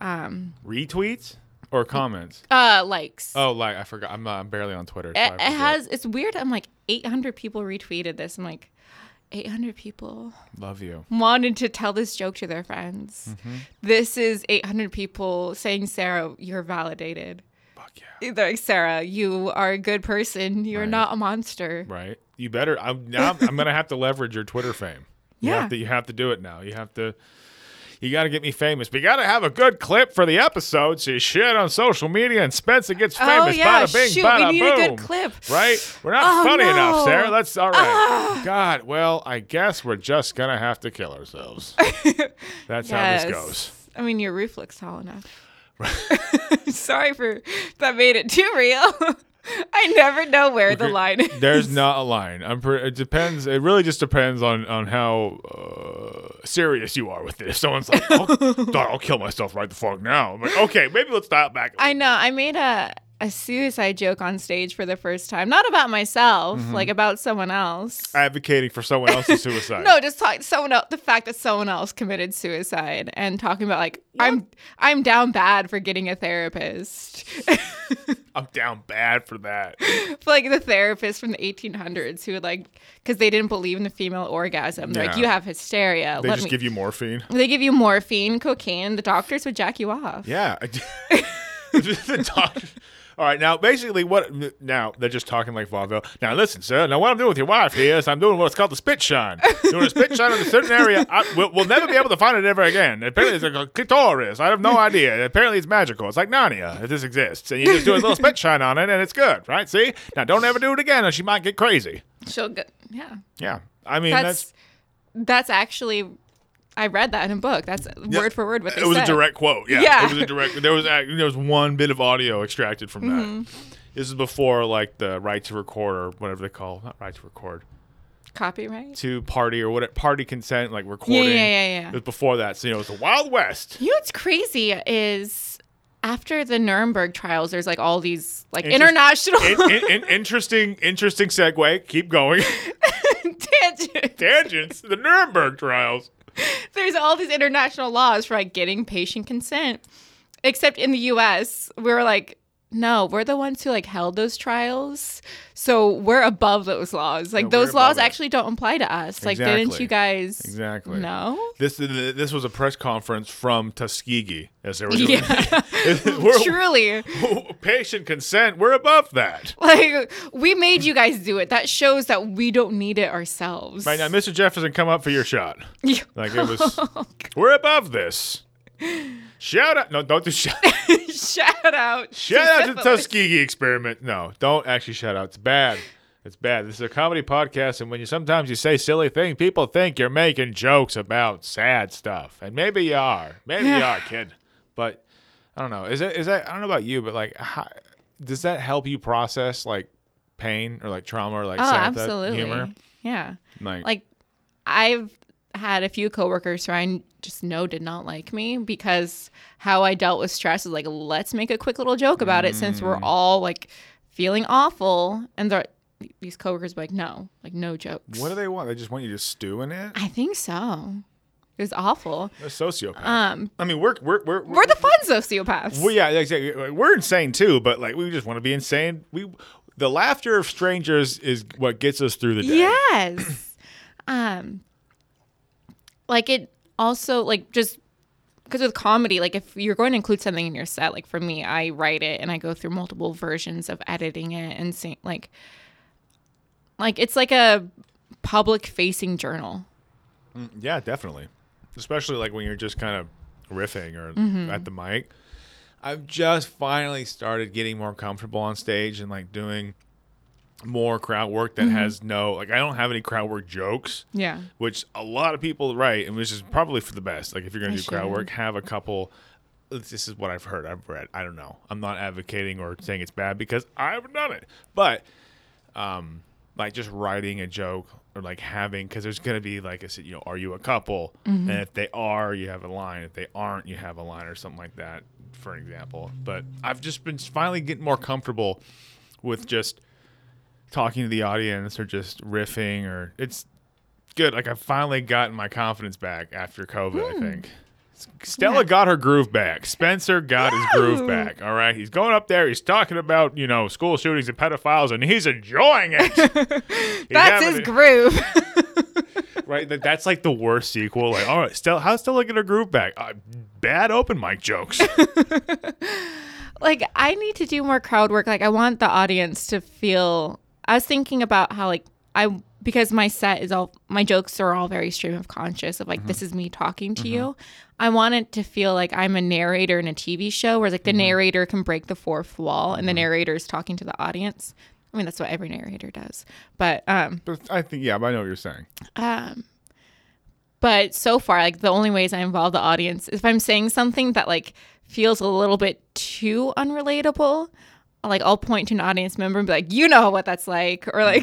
Retweets or comments? uh, likes. Oh, like I forgot. I'm, not, I'm barely on Twitter. so I it, it forget. has. It's weird. I'm like 800 people retweeted this. I'm like 800 people Love you. wanted to tell this joke to their friends. Mm-hmm. This is 800 people saying, Sarah, you're validated. Fuck yeah. They're like, Sarah, you are a good person. You're Right. not a monster. Right. You better. I'm now. I'm gonna have to leverage your Twitter fame. You Yeah. Have to, you have to do it now. You have to. You got to get me famous. But you got to have a good clip for the episode. So you share it on social media, and Spencer gets Oh, famous. yeah, Bada bing, shoot, we bada need a boom. good clip. Right. We're not Oh, funny enough, no. Ah. Sarah. Let's all right. God. Well, I guess we're just gonna have to kill ourselves. That's how this goes. I mean, your roof looks tall enough. Sorry for that made it too real. I never know where the Okay, line is. There's not a line. I'm. Pre- it depends. It really just depends on on how uh, serious you are with it. If someone's like, I'll, "Thought I'll kill myself right the fuck now," I'm like, "Okay, maybe let's dial back." a I know. I made a a suicide joke on stage for the first time. Not about myself, Mm-hmm. like about someone else. little." advocating for someone else's suicide. no, just talk someone else. The fact that someone else committed suicide and talking about like I'm I'm down bad for getting a therapist. I'm down bad for that. for like the therapist from the 1800s who would like because they didn't believe in the female orgasm. They're Like Yeah. you have hysteria. They Let just me. give you morphine. they give you morphine, cocaine. The doctors would jack you off. Yeah. the doctor. All right, now basically what now they're just talking like vaudeville. Now listen, sir. Now what I'm doing with your wife here is I'm doing what's called the spit shine. Doing a spit shine in a certain area. I, we'll, we'll never be able to find it ever again. Apparently it's a clitoris. I have no idea. Apparently it's magical. It's like Narnia. If this exists, and you just do a little spit shine on it, and it's good, right? See. Now don't ever do it again, or she might get crazy. She'll go. Yeah. Yeah. I mean That's that's actually I read that in a book. That's word for word what they it was said. a direct quote. Yeah, Yeah. it was a direct. There was ac- there was one bit of audio extracted from that. Mm-hmm. This is before like the right to record or whatever they call not right to record copyright. to party or what party consent like recording. yeah, yeah. It was before that, so you know it was the Wild West. You know what's crazy is after the Nuremberg trials, there's like all these like Interest- international in, in, in- interesting, interesting segue. Keep going. tangents. Tangents. The Nuremberg trials. There's all these international laws for like getting patient consent. Except in the US, we were like, no, we're the ones who like held those trials. So we're above those laws. Like Yeah, we're those laws above it. actually don't apply to us. Like didn't Exactly. you guys Exactly. No? This this was a press conference from Tuskegee as they were doing. Yeah. We're- Truly. patient consent. We're above that. Like we made you guys do it. That shows that we don't need it ourselves. Right now, Mr. Jefferson, come up for your shot. Yeah. Like it was, Oh, we're above this. Shout out! No, don't do shout. shout out. shout out to the syphilis. Tuskegee experiment. No, don't actually shout out. It's bad. It's bad. This is a comedy podcast, and when you sometimes you say silly things, people think you're making jokes about sad stuff, and maybe you are. Maybe you are, kid. But I don't know. Is it? Is that? I don't know about you, but like, how, does that help you process like pain or like trauma or like Oh, sad absolutely. humor? Yeah. Like, Like I've had a few coworkers who I just know did not like me because how I dealt with stress is like let's make a quick little joke about it since we're all like feeling awful and they're these coworkers were like no like no jokes. what do they want? They just want you to stew in it. I think so. It was awful. They're sociopaths. Um, I mean, we're we're we're, We're the fun sociopaths. well, yeah, exactly. Like, We're insane too, but like we just want to be insane. We the laughter of strangers is what gets us through the day. Yes. um like it also like just because with comedy, like if you're going to include something in your set, like for me, I write it and I go through multiple versions of editing it and seeing like, like it's like a public facing journal. Yeah, definitely. Especially like when you're just kind of riffing or at the mic. I've just finally started getting more comfortable on stage and like doing more crowd work that has no like I don't have any crowd work jokes. Yeah. Which a lot of people write and which is probably for the best. Like if you're gonna I do crowd should. work, have a couple this is what I've heard, I've read. I don't know. I'm not advocating or saying it's bad because I haven't done it. But um, like just writing a joke or like having because there's gonna be like I said, you know, are you a couple? Mm-hmm. And if they are, you have a line. If they aren't, you have a line or something like that, for an example. But I've just been finally getting more comfortable with just talking to the audience or just riffing or it's good. Like I've finally gotten my confidence back after COVID, Hmm. I think. Stella got her groove back. Spencer got his groove Woo! back. All right. He's going up there. He's talking about, you know, school shootings and pedophiles, and he's enjoying it. He's That's having his it. groove. Right. That, that's like the worst sequel. Like, all right, Stella, how's Stella get her groove back? Uh, bad open mic jokes. like I need to do more crowd work. Like I want the audience to feel. I was thinking about how like I because my set is all my jokes are all very stream of conscious of like this is me talking to you. I want it to feel like I'm a narrator in a TV show where like the narrator can break the fourth wall and the narrator is talking to the audience. I mean that's what every narrator does. But um But I think, yeah, I know what you're saying. um but so far like the only ways i involve the audience is if i'm saying something that like feels a little bit too unrelatable like i'll point to an audience member and be like you know what that's like or like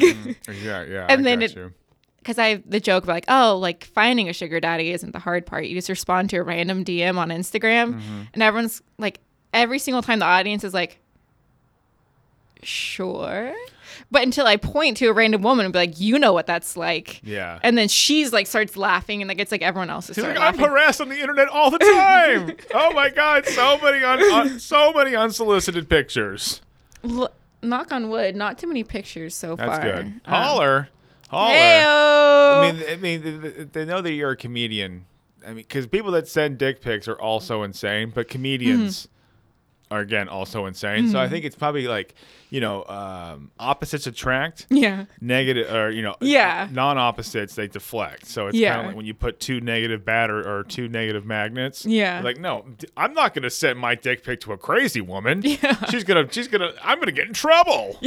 Mm-hmm. Yeah, yeah. And I then got it- you. because I the joke about like, oh, like finding a sugar daddy isn't the hard part. You just respond to a random DM on Instagram, Mm-hmm. and everyone's like, every single time the audience is like, sure, but until I point to a random woman and be like, you know what that's like, Yeah. and then she's like starts laughing, and like it's like everyone else is He's like, starting I'm laughing. harassed on the internet all the time. oh my god, so many un- un- so many unsolicited pictures. L- knock on wood, not too many pictures so That's far. Uh, good. Holler, holler. Heyo! I mean, I mean, th- th- they know that you're a comedian. I mean, because people that send dick pics are also insane, but comedians are again also insane. So I think it's probably like you know um, opposites attract. yeah. negative or you know Yeah. non opposites they deflect so it's Yeah. kind of like when you put two negative batter or two negative magnets Yeah. you're like no d- i'm not gonna send my dick pic to a crazy woman she's gonna she's gonna i'm gonna get in trouble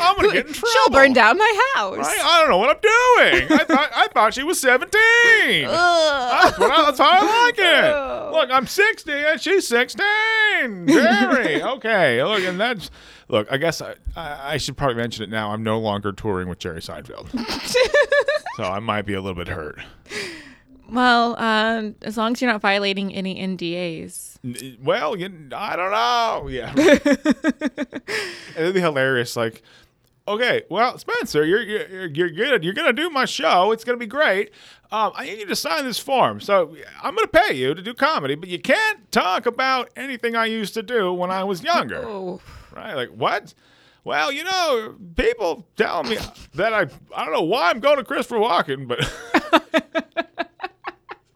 i'm gonna get in trouble She'll burn down my house. I, I don't know what i'm doing i thought i thought she was 17 that's, Ugh. what I, that's how i like Ugh. it look i'm 60 and she's 16 very okay look and that's look i guess I, I, I should probably mention it now i'm no longer touring with jerry seinfeld so I might be a little bit hurt. Well, um, as long as you're not violating any NDAs. N- Well, you, I don't know. Yeah, it'd be hilarious. Like, okay, well, Spencer, you're you're you're good. You're gonna do my show. It's gonna be great. Um, I need you to sign this form. So I'm gonna pay you to do comedy, but you can't talk about anything I used to do when I was younger. Oh, Right? Like what? Well, you know, people tell me that I I don't know why I'm going to Christopher Walken, but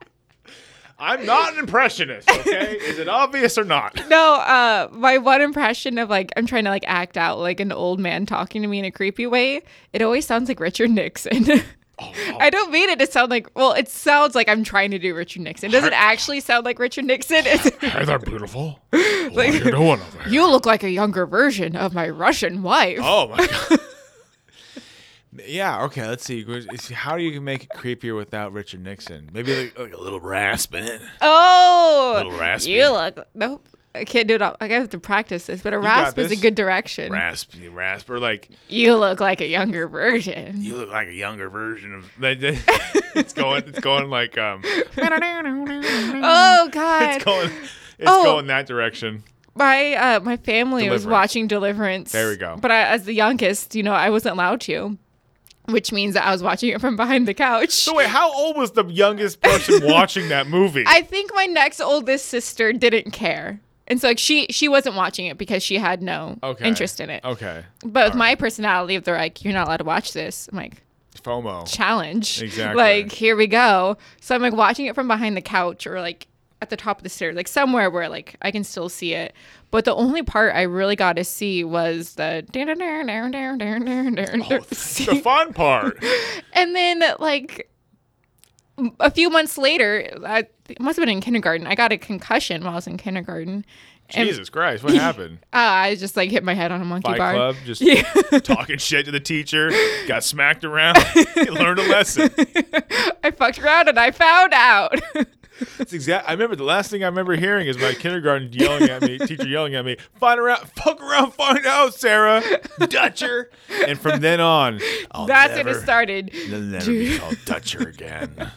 I'm not an impressionist, okay? Is it obvious or not? no, uh, my one impression of like, I'm trying to like act out like an old man talking to me in a creepy way, it always sounds like Richard Nixon. Oh. I don't mean it to sound like, well, it sounds like I'm trying to do Richard Nixon. It doesn't actually sound like Richard Nixon. It's, Hey there, beautiful. What are you doing over here? you look like a younger version of my Russian wife. Oh my god. Yeah. Okay. Let's see. Is- How do you make it creepier without Richard Nixon? Maybe like, like a little rasp in it. Oh, Little raspy. you look, nope. I can't do it. All. I have to practice this, but a got rasp is a this. good direction. Rasp, rasp, or like You look like a younger version. you look like a younger version of it's going it's going like um Oh God! it's going it's Oh. going that direction My uh, my family was Deliverance. watching Deliverance. There we go. But I, as the youngest, you know, I wasn't allowed to, which means that I was watching it from behind the couch. so wait how old was the youngest person watching that movie I think my next oldest sister didn't care, and so like she she wasn't watching it because she had no interest in it. okay Oh, But with my personality, if they're like, "You're not allowed to watch this," I'm like, fomo challenge. Exactly. Like, here we go. So I'm like watching it from behind the couch or like at the top of the stairs, like somewhere where like I can still see it. But the only part I really got to see was the Oh, The fun part. and then like a few months later, I it must have been in kindergarten. I got a concussion while I was in kindergarten. And Jesus Christ, what happened? uh, I just like hit my head on a monkey Fight bar. Club, just Yeah. talking shit to the teacher, got smacked around, he learned a lesson. I fucked around and I found out. That's exact. I remember the last thing I remember hearing is my kindergarten yelling at me, teacher yelling at me, find around, fuck around, find out, Sarah, Dutcher. And from then on, I'll That's when never, it started. I'll never be called Dutcher again.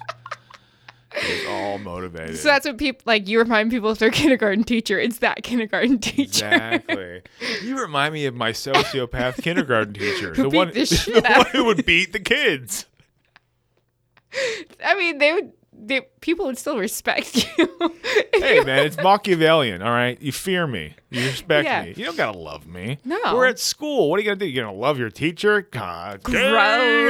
It was all motivated. So that's what people like. You remind people of their kindergarten teacher. It's that kindergarten teacher. Exactly. You remind me of my sociopath kindergarten teacher, the beat one, the shit the out one of who would beat the kids. I mean, they would. They, people would still respect you. If Hey you- man, it's Machiavellian. All right, you fear me, you respect Yeah. me. You don't gotta love me. No. we're at school. What are you gonna do? You gonna love your teacher? God, dang.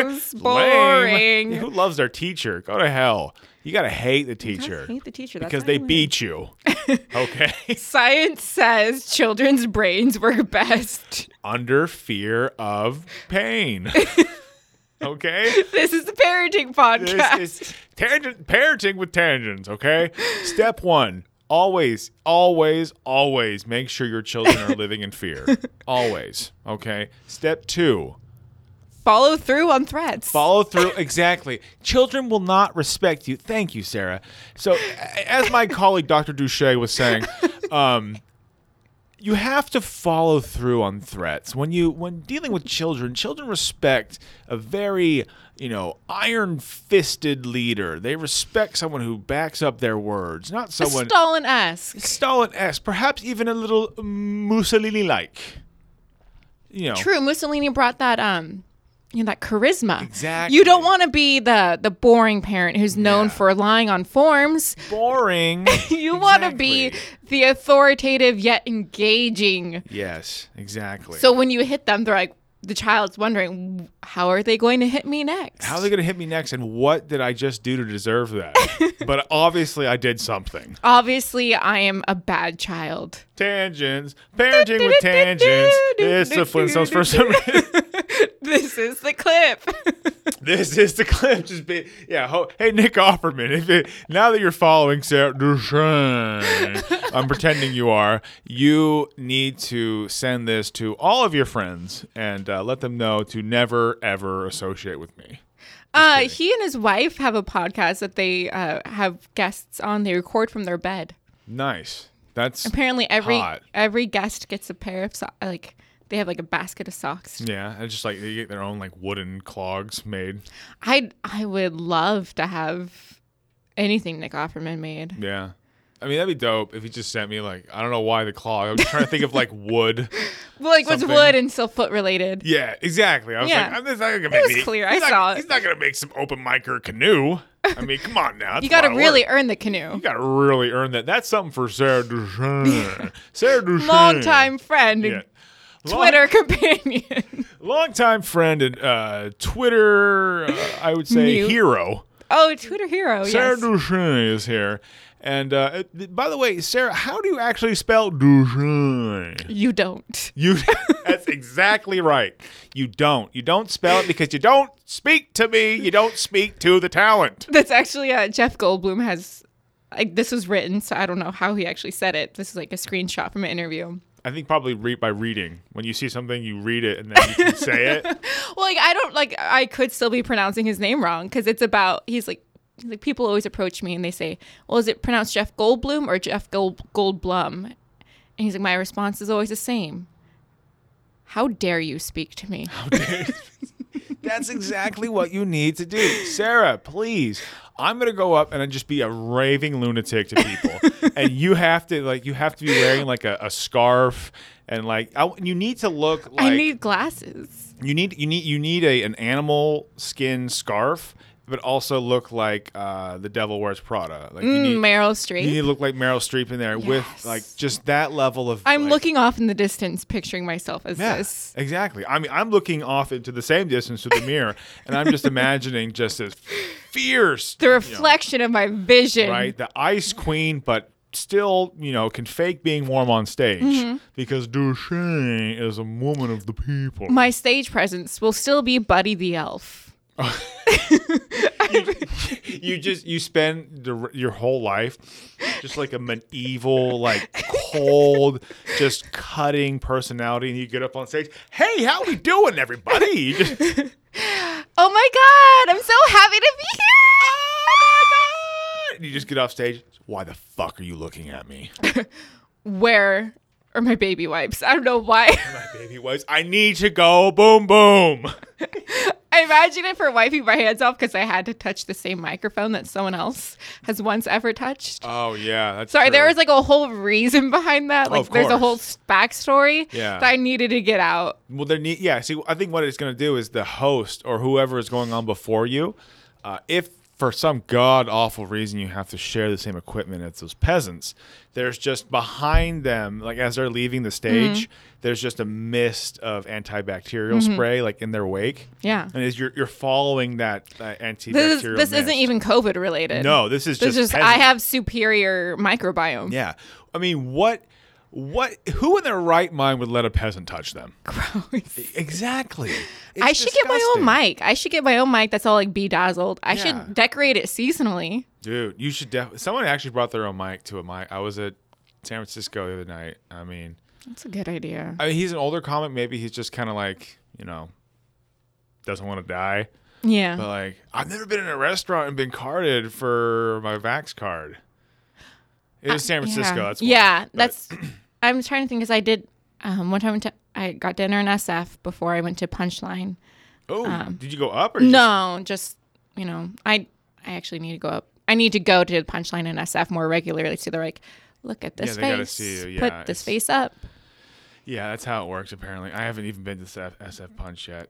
Gross, Lame. boring. Who loves their teacher? Go to hell. You gotta hate the teacher hate the teacher. That's because why they I went. beat you. Okay, Science says children's brains work best. under fear of pain. Okay. This is the parenting podcast. This is tangent parenting with tangents, okay? Step one. Always, always, always make sure your children are living in fear. Always. Okay. Step two. Follow through on threats. Follow through. Exactly. Children will not respect you. Thank you, Sarah. So, a- as my colleague Dr. Duche was saying, um, you have to follow through on threats when you when dealing with children. Children respect a very you know iron-fisted leader. They respect someone who backs up their words, not someone Stalin esque. Stalin-esque, perhaps even a little Mussolini-like. You know, True. Mussolini brought that um you know, that charisma. Exactly. You don't want to be the the boring parent who's known Yeah. for relying on forms. boring. You want to be Exactly. the authoritative yet engaging. Yes, exactly. So when you hit them, they're like the child's wondering how are they going to hit me next? How are they going to hit me next? And what did I just do to deserve that? but obviously, I did something. Obviously, I am a bad child. Tangents, parenting with tangents. It's the Flintstones for some reason. This is the clip. This is the clip. Just be yeah. Ho- hey, Nick Offerman. If it, now that you're following Sarah Duchenne, I'm pretending you are. You need to send this to all of your friends and uh, let them know to never ever associate with me. Uh, he and his wife have a podcast that they uh, have guests on. They record from their bed. Nice. That's Apparently, every Hot. every guest gets a pair of so- like they have like a basket of socks. yeah. It's just like they get their own like wooden clogs made. I I would love to have anything Nick Offerman made. Yeah. I mean, that'd be dope if he just sent me, like, I don't know why the clog. I was trying to think of, like, wood. Well, like what's Something- wood and still foot related. Yeah, exactly. I was Yeah. like, I'm just not going to make was me- clear. he's I not- saw it. He's not going to make some open mic or canoe. I mean, come on now. That's You a got to lot of work. really earn the canoe. You got to really earn that. That's something for Sarah Duchenne. Sarah Duchenne. Long time friend Yeah. and Long- Twitter companion. Longtime friend and uh, Twitter, uh, I would say, Mute. hero. oh, Twitter hero. Sarah Yes. Duchenne is here. And uh, it- by the way, Sarah, how do you actually spell Duchenne? You don't. You that's exactly right. You don't. You don't spell it because you don't speak to me. You don't speak to the talent. That's actually uh, Jeff Goldblum has. Like this was written, so I don't know how he actually said it. This is like a screenshot from an interview. I think probably read by reading. When you see something, you read it and then you can say it. Well, like I don't like I could still be pronouncing his name wrong because it's about he's like he's like people always approach me and they say, "Well, is it pronounced Jeff Goldblum or Jeff Gold Goldblum?" And he's like, "My response is always the same. How dare you speak to me? That's exactly what you need to do. Sarah, please. I'm gonna go up and I'd just be a raving lunatic to people, and you have to like you have to be wearing like a, a scarf and like I, you need to look like I need glasses." You need you need you need a an animal skin scarf, but also look like uh, the devil wears Prada. Like you need, Mm, Meryl you need Streep. to look like Meryl Streep in there with Yes. like just that level of. I'm like- looking off in the distance, picturing myself as Yeah, this. exactly. I mean, I'm looking off into the same distance to the mirror, and I'm just imagining just this fierce. the reflection of my vision. right? The ice queen, but still, you know, can fake being warm on stage Mm-hmm. because Duchenne is a woman of the people. My stage presence will still be Buddy the Elf. you just you spend the, r- your whole life just like a medieval, like cold, just cutting personality, and you get up on stage. Hey, how we doing, everybody? You just- Oh my god, I'm so happy to be Oh here. you just get off stage. Why the fuck are you looking at me? Where are my baby wipes? I don't know why. My baby wipes. I need to go. Boom, boom. I imagine it for wiping my hands off because I had to touch the same microphone that someone else has once ever touched. Oh yeah, that's Sorry, there true. was like a whole reason behind that. Like, Of there's a whole s- course. backstory Yeah. that I needed to get out. Well, there need yeah. See, I think what it's going to do is the host or whoever is going on before you, uh, if for some god awful reason you have to share the same equipment as those peasants, there's just behind them, like as they're leaving the Mm-hmm. stage, there's just a mist of antibacterial spray like in their wake. Yeah. and is you're you're following that uh, antibacterial. This is, this mist. isn't even COVID related. No, this is This just is just I peasant. have superior microbiome. Yeah, I mean, what, what, who in their right mind would let a peasant touch them? Gross. Exactly. I It's should get my own disgusting. mic. I should get my own mic that's all like bedazzled. I Yeah. should decorate it seasonally. Dude, you should definitely. Someone actually brought their own mic to a mic. I was at San Francisco the other night. I mean, That's a good idea. I mean, he's an older comic. Maybe he's just kind of like you know, doesn't want to die. yeah. But like, I've never been in a restaurant and been carded for my Vax card. It was San Francisco. Uh, Yeah, That's why. yeah. But- That's. I'm trying to think because I did um, one time. t- I got dinner in SF before I went to Punchline. Oh, did you go up or you um, No, just you know, I I actually need to go up. I need to go to Punchline in SF more regularly. So they're like, look at this they gotta face. see you. Yeah, Put this it's- face up. just- yeah, that's how it works. Apparently, I haven't even been to SF, SF Punch yet.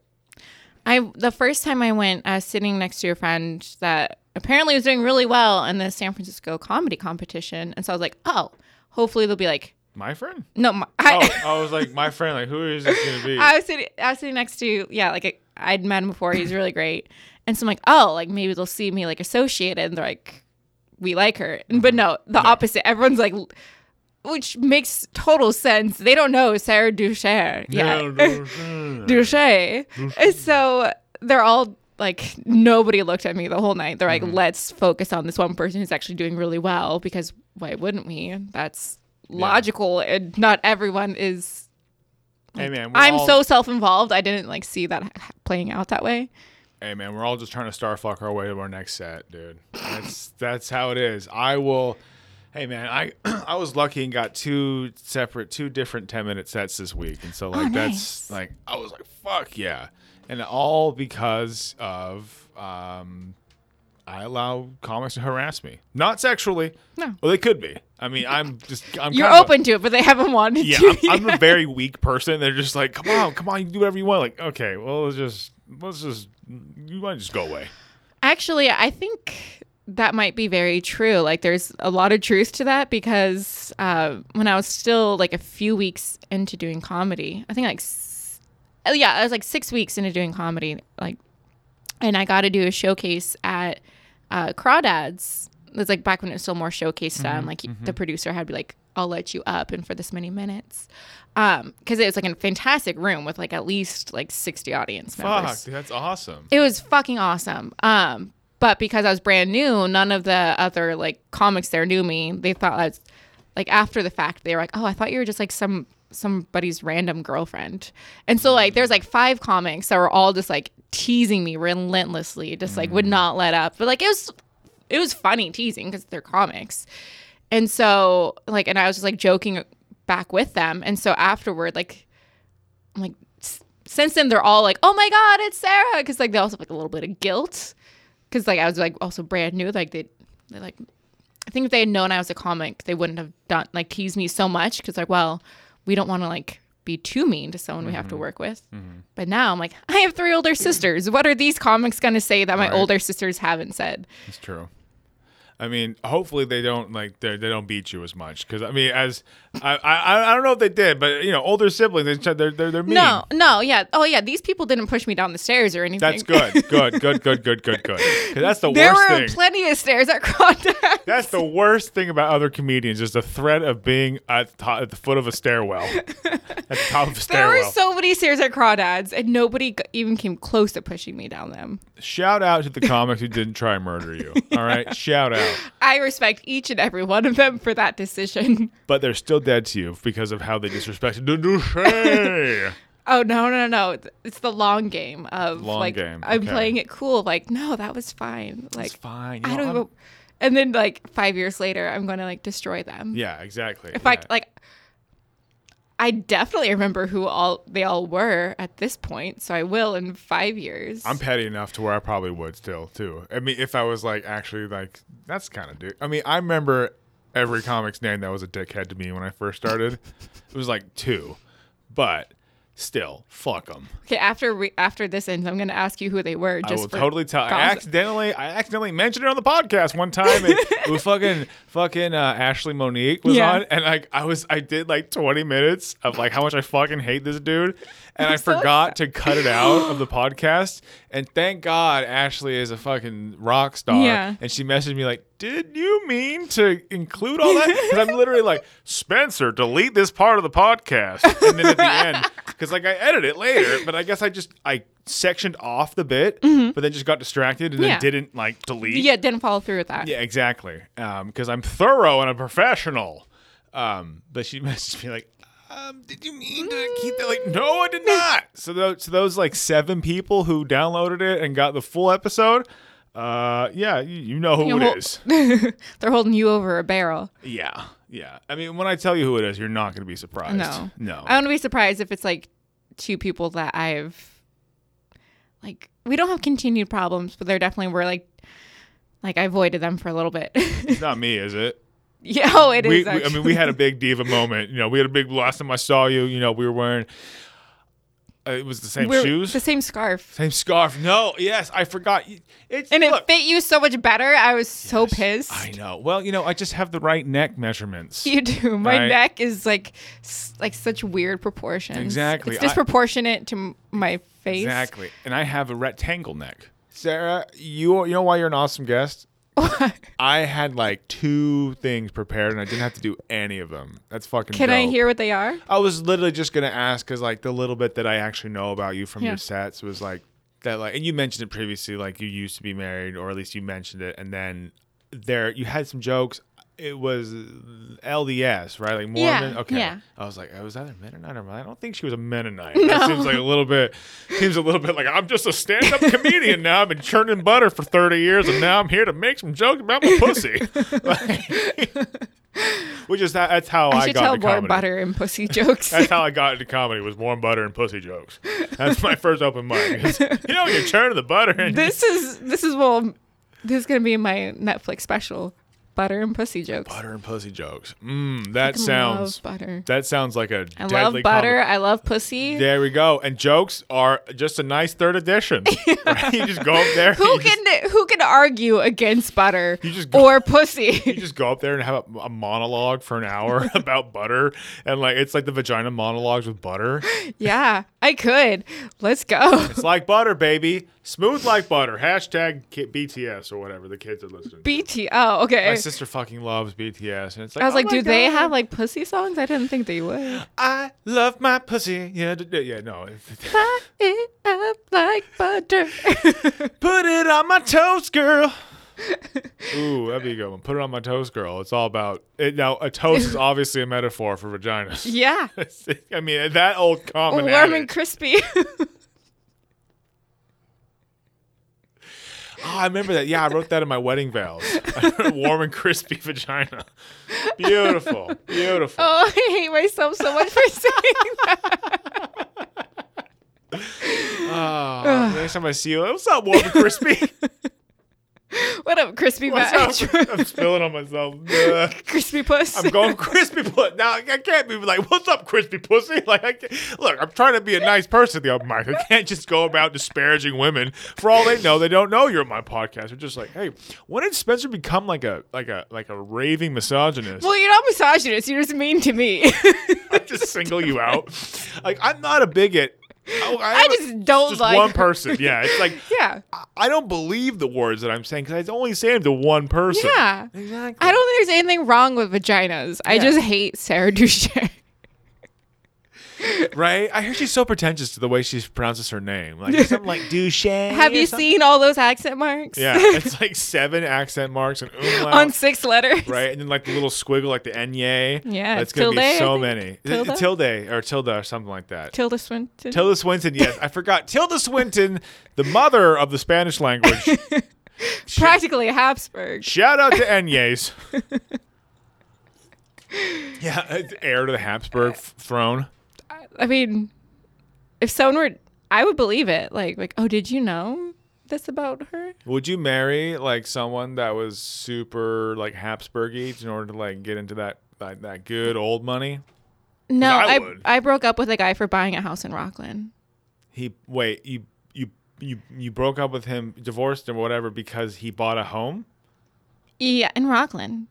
I the first time I went, I was sitting next to a friend that apparently was doing really well in the San Francisco comedy competition, and so I was like, oh, hopefully they'll be like, My friend. no, my, Oh, I, I was like, my friend. Like, who is this gonna be? I was sitting, I was sitting next to yeah, like I, I'd met him before. He's really great, and so I'm like, oh, like maybe they'll see me like associated, and they're like, we like her, and, Mm-hmm. but no, the opposite. Everyone's like. Which makes total sense. They don't know Sarah Duchesne. Yeah, no, no. Mm-hmm. Duche. And so they're all like, nobody looked at me the whole night. They're like, Mm-hmm. let's focus on this one person who's actually doing really well because why wouldn't we? That's logical. And not everyone is. Hey man, we're I'm all- so self involved. I didn't like see that ha- playing out that way. Hey man, we're all just trying to starfuck our way to our next set, dude. That's that's how it is. I will. Hey man, I I was lucky and got two separate, two different ten minute sets this week, and so like that's Oh, nice. like I was like fuck yeah, and all because of um, I allow comics to harass me, not sexually. No. well they could be. I mean, I'm just I'm You're kind of a- open to it, but they haven't wanted yeah, to. I'm, I'm a very weak person. They're just like, come on, come on, you can do whatever you want. Like, okay, well, let's just, let's just, you might just go away. Actually, I think that might be very true. Like, there's a lot of truth to that because uh, when I was still like a few weeks into doing comedy, I think like, s- oh, yeah, I was like six weeks into doing comedy, like, and I got to do a showcase at uh, Crawdads. It was like back when it was still more showcase style. and, like the producer had to be like, "I'll let you up," and for this many minutes, because it was like a fantastic room with like at least like sixty audience members Fuck, dude, that's awesome. it was fucking awesome. Um, but because I was brand new, none of the other like comics there knew me. They thought I was like after the fact, they were like, "Oh, I thought you were just like some somebody's random girlfriend." And so like there's like five comics that were all just like teasing me relentlessly, just like would not let up. But like it was it was funny teasing because they're comics. And so like and I was just like joking back with them. And so afterward, like I'm like s- since then they're all like, "Oh my god, it's Sarah," because like they also have like a little bit of guilt because like I was like also brand new. Like they they like I think if they had known I was a comic, they wouldn't have done like teased me so much because like well, we don't want to like be too mean to someone we have to Mm-hmm. work with. But now I'm like, I have three older sisters. What are these comics gonna say that my Right. older sisters haven't said? It's true. I mean, hopefully they don't like they they don't beat you as much because I mean, as I, I I don't know if they did, but you know, older siblings they they're they're, they're mean. No, no, yeah. Oh, yeah. These people didn't push me down the stairs or anything. That's good, good, good, good, good, good, good. 'Cause That's the there worst were thing. plenty of stairs at Crondax. That's the worst thing about other comedians is the threat of being at the, top, at the foot of a stairwell, at the top of a There stairwell. were so many stairs at Crawdads, and nobody g- even came close to pushing me down them. Shout out to the comics who didn't try and murder you. All right, shout out. I respect each and every one of them for that decision. But they're still dead to you because of how they disrespected the Duché. Oh no, no, no! It's- It's the long game of Long like game, I'm okay. playing it cool. Like no, that was fine. Like It's fine. You I know, don't. I'm- Even, and then like five years later, I'm going to like destroy them. Yeah, exactly. In fact, like I definitely remember who all they all were at this point, so I will in five years. I'm petty enough to where I probably would still too. I mean, if I was like actually like that's kind of dude. I mean, I remember every comic's name that was a dickhead to me when I first started. it was like two, but still, fuck them. okay, after we, after this ends, I'm going to ask you who they were. I Just will for totally tell. I gossip. accidentally, I accidentally mentioned it on the podcast one time. And it was fucking, fucking uh, Ashley Monique was Yeah. on, and like I was, I did like 20 minutes of like how much I fucking hate this dude, and I so forgot to cut it out of the podcast. And thank God Ashley is a fucking rock star, Yeah. and she messaged me like, "Did you mean to include all that?" Because I'm literally like, "Spencer, delete this part of the podcast," and then at the end, because like I edit it later, but I guess I just I sectioned off the bit, but then just got distracted and Yeah. then didn't like delete. yeah, didn't follow through with that. Yeah, exactly. Because I'm thorough and a professional. Um, but she messaged me like, um, "Did you mean to keep that?" Like, no, I did not. So those, so those like seven people who downloaded it and got the full episode. Uh, yeah, you, you know who You it know, is. They're holding you over a barrel. Yeah, yeah. I mean, when I tell you who it is, you're not going to be surprised. No. Uh, no. I wouldn't be surprised if it's like two people that I've like we don't have continued problems, but there definitely were like like I avoided them for a little bit. It's not me, is it? yeah, oh, it is. we, we- I actually. mean, we had a big diva moment. You know, we had a big last time I saw you. You know, we were wearing. Uh, it was the same We're- shoes, the same scarf. same scarf. No, yes, I forgot. It's And it look, fit you so much better. I was so pissed. I know. Well, you know, I just have the right neck measurements. You do. My Right. neck is like s- like such weird proportions. Exactly. It's I- disproportionate to m- my face. exactly, and I have a rectangle neck. Sarah, you you know why you're an awesome guest. I had like two things prepared, and I didn't have to do any of them. That's fucking. Can I dope. hear what they are? I was literally just gonna ask because like the little bit that I actually know about you from Yeah. your sets was like that like and you mentioned it previously like you used to be married or at least you mentioned it and then there you had some jokes it was LDS right like Mormon Yeah, okay yeah. I was like I was that a Mennonite or I don't think she was a Mennonite that seems like a little bit seems a little bit like I'm just a stand up comedian now I've been churning butter for thirty years and now I'm here to make some jokes about my pussy. Like, Which is that, that's how I, I should got tell into more comedy. butter and pussy jokes. That's how I got into comedy was warm butter and pussy jokes. That's my first open mic. It's, You know, when you churn the butter and this is this is well this is gonna be my netflix special butter and pussy jokes butter and pussy jokes. Mmm, that I sounds love butter that sounds like a i love deadly butter comedy. i love pussy There we go. And jokes are just a nice third edition. Right? You just go up there. and who you just- can who can argue against butter You just go- or you pussy just go up there and have a, a monologue for an hour about butter, and like it's like the vagina monologues with butter. yeah i could let's go It's like butter, baby, smooth like butter. Hashtag ki- BTS or whatever the kids are listening. to. bt oh okay My sister fucking loves BTS, and it's like I was "Oh like, my do they God, have like pussy songs? I didn't think they would. I love my pussy. Yeah, d- d- yeah, no. Fry it up like butter. Put it on my toast, girl. Ooh, that'd be a good one. Put it on my toast, girl. It's all about it. Now, a toast is obviously a metaphor for vaginas. yeah. I mean, that old common. Warm and adage. crispy. Oh, I remember that. Yeah, I wrote that in my wedding vows. Warm and crispy vagina. Beautiful, beautiful. oh, I hate myself so much for saying that. Ah, Oh, next time I see you, what's up, warm and crispy? When What up, crispy batch? I'm spilling on myself. Ugh. crispy puss. I'm going crispy puss. Now I can't be like, "What's up, crispy pussy?" Like, I can't, look, I'm trying to be a nice person. The open mic. I can't just go about disparaging women. For all they know, they don't know you're on my podcast. They're just like, "Hey, when did Spencer become like a like a like a raving misogynist?" well, you're not misogynist. You're just mean to me. I just single you out. Like, I'm not a bigot. I, I just don't just like one her. person. Yeah, it's like yeah. I- I don't believe the words that I'm saying because I only say them to one person. Yeah. exactly. I don't think there's anything wrong with vaginas. I just hate Sarah Duchesne. Right? I hear she's so pretentious to the way she pronounces her name. Like something like douche. Have you seen all those accent marks? Yeah, it's like seven accent marks and umlaut. On six letters. right, and then like the little squiggle, like the enye. Yeah, that's gonna tilde, be I so think. many. Tilde? Tilde? tilde or tilde or something like that. Tilda Swinton. Tilda Swinton, yes, I forgot. Tilda Swinton, the mother of the Spanish language. Practically Habsburg. Shout out to Enyes. yeah, it's heir to the Habsburg f- throne. I mean, if someone were, I would believe it. Like, like, oh, did you know this about her? Would you marry like someone that was super like Habsburgy in order to like get into that that, that good old money? No, I I, I, would. broke up with a guy for buying a house in Rockland. He wait, you you you you broke up with him, divorced or whatever because he bought a home? Yeah, in Rockland.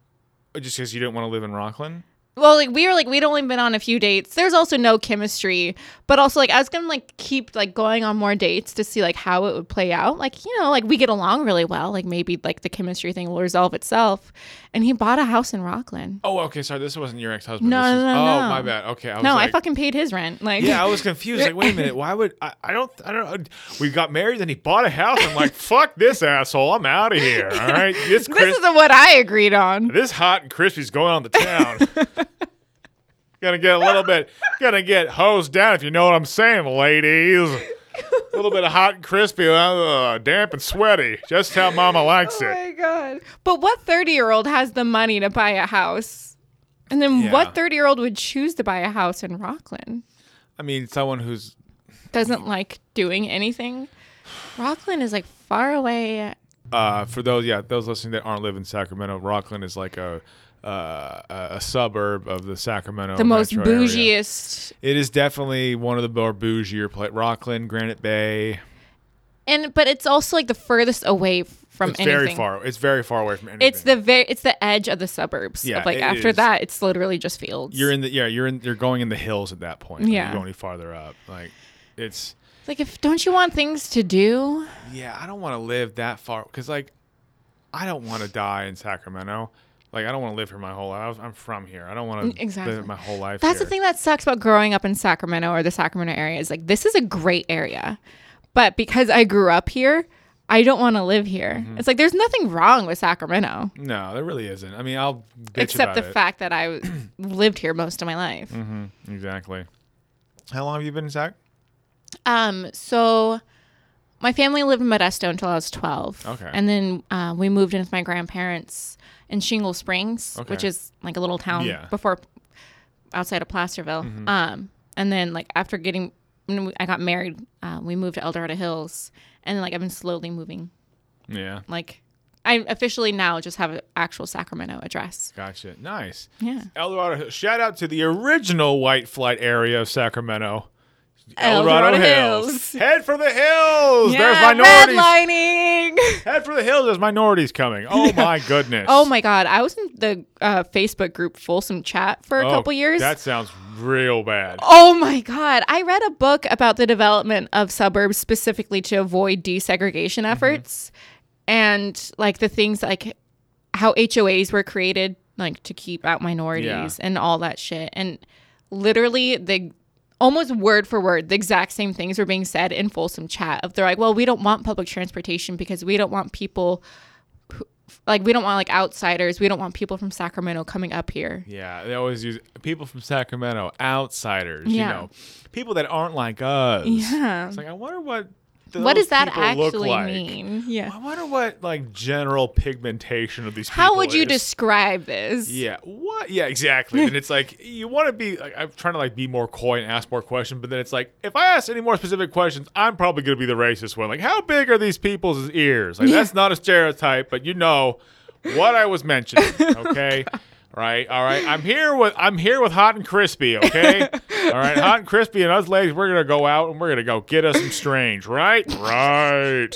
Or Just because you didn't want to live in Rockland? Well, like we were like we'd only been on a few dates. There's also no chemistry, but also like I was gonna like keep like going on more dates to see like how it would play out. Like you know, like we get along really well. Like maybe like the chemistry thing will resolve itself. And he bought a house in Rockland. Oh, okay, sorry, this wasn't your ex-husband. No, this no, is, no, Oh, no. my bad. Okay, I was no, like, I fucking paid his rent. Like Yeah, I was confused. Like, wait a minute, why would I, I don't I don't know. We got married and he bought a house. I'm like, fuck this asshole. I'm out of here. All right. This this Chris, isn't what I agreed on. this hot and crispy's going on the town. gonna get a little bit gonna get hosed down if you know what I'm saying, ladies. A little bit of hot and crispy, uh, damp and sweaty. Just how mama likes Oh it. my god! But what thirty-year-old has the money to buy a house? And then Yeah. what thirty-year-old would choose to buy a house in Rockland? I mean, someone who's Doesn't like doing anything. Rockland is like far away. uh, for those yeah those listening that aren't living in Sacramento, Rockland is like a uh, a- a suburb of the Sacramento. The most Oh, metro area. bougiest. It is definitely one of the more bougier places. Rockland, Granite Bay. And but it's also like the furthest away f- from It's anything. very far. It's very far away from anything. It's the very it's the edge of the suburbs. Yeah, of like it after is. that, it's literally just fields. you're in the yeah you're in you're going in the hills at that point. Like, Yeah. you go any farther up like it's like if don't you want things to do? yeah I don't want to live that far because like I don't want to die in Sacramento. Like I don't want to live here my whole life. I'm from here. I don't want to Mm, exactly. live my whole life. That's here. the thing that sucks about growing up in Sacramento or the Sacramento area is like this is a great area, but because I grew up here, I don't want to live here. Mm-hmm. It's like there's nothing wrong with Sacramento No, there really isn't. I mean, I'll bitch except about the it. Mm. fact that I w- lived here most of my life. Exactly. How long have you been in Sac? Um, so my family lived in Modesto until I was 12. Okay. And then uh, we moved in with my grandparents in Shingle Springs, Okay. which is like a little town Yeah. Mm-hmm. before outside of Placerville. Um, and then like after getting, when we- I got married, uh, we moved to El Dorado Hills and like I've been slowly moving. Yeah. Like I officially now just have an actual Sacramento address. Gotcha. Nice. Yeah. El Dorado. Hills. Shout out to the original white flight area of Sacramento. El Dorado Hills. Head for the hills. There's Yeah, minorities. redlining. Head for the hills. There's minorities coming. Oh my goodness. Oh my God. I was in the uh, Facebook group Folsom Chat for a Oh, couple years. That sounds real bad. Oh my God. I read a book about the development of suburbs specifically to avoid desegregation efforts and like the things like how HOAs were created, like to keep out minorities and all that shit. And literally, the almost word for word, the exact same things were being said in Folsom Chat. Of they're like, well, we don't want public transportation because we don't want people. who- Like we don't want like outsiders. We don't want people from Sacramento coming up here. Yeah, they always use people from Sacramento, outsiders, Yeah. you know, people that aren't like us. Yeah. It's like I wonder what what those does that people look actually like? mean? I Yeah. wonder what like general pigmentation of these. How people would you is. describe this? Yeah. What? Yeah. Exactly. and it's like you want to be. Like, I'm trying to like be more coy and ask more questions, but then it's like if I ask any more specific questions, I'm probably going to be the racist one. Like, how big are these people's ears? Like, that's not a stereotype, but you know what I was mentioning. Okay. Right, all right. I'm here with I'm here with Hot and Crispy, okay? All right, Hot and Crispy and us ladies, we're gonna go out and we're gonna go get us some strange, right? Right.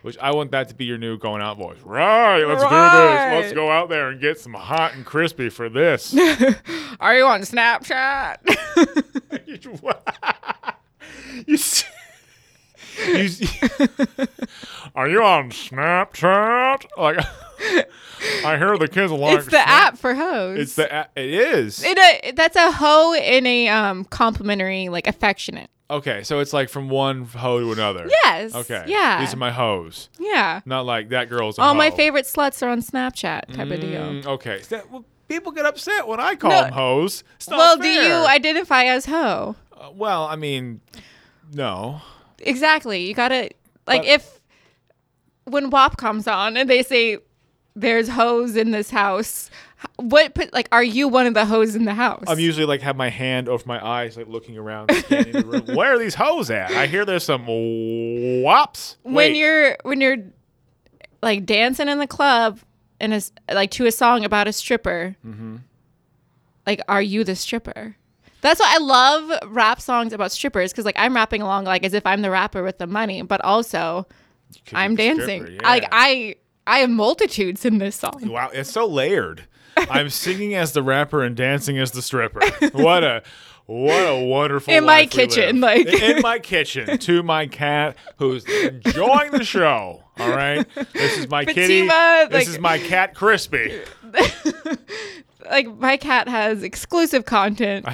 Which I want that to be your new going out voice. Right, let's do this. Let's Right. go out there and get some hot and crispy for this. Are you on Snapchat? You s- you s- Are you on Snapchat? Like, I hear the kids like it's the app for hoes. It's the app. It is. It, uh, that's a hoe in a um complimentary, like affectionate. okay, so it's like from one hoe to another. Yes. Okay. Yeah. These are my hoes. yeah. Not like that girl's. A All my hoe. favorite sluts are on Snapchat type of deal. Mm, okay. So that- well, people get upset when I call No. them hoes. It's not Well, do fair. you identify as hoe? Uh, well, I mean, no. Exactly. You gotta like But- if when WAP comes on and they say there's hoes in this house, h- what put like are you one of the hoes in the house? I'm usually like have my hand over my eyes, like looking around, scanning the room. Where are these hoes at? I hear there's some wops. when Wait, you're when you're like dancing in the club and is like to a song about a stripper, Mm-hmm. like are you the stripper? That's why I love rap songs about strippers because like I'm rapping along like as if I'm the rapper with the money, but also you could be I'm the stripper, dancing. yeah. Like I I have multitudes in this song. Wow, it's so layered. I'm singing as the rapper and dancing as the stripper. What a what a wonderful In my life we kitchen, live. like- in my kitchen to my cat who's enjoying the show. All right, this is my kitty. Fatima, this like- is my cat Crispy. like my cat has exclusive content.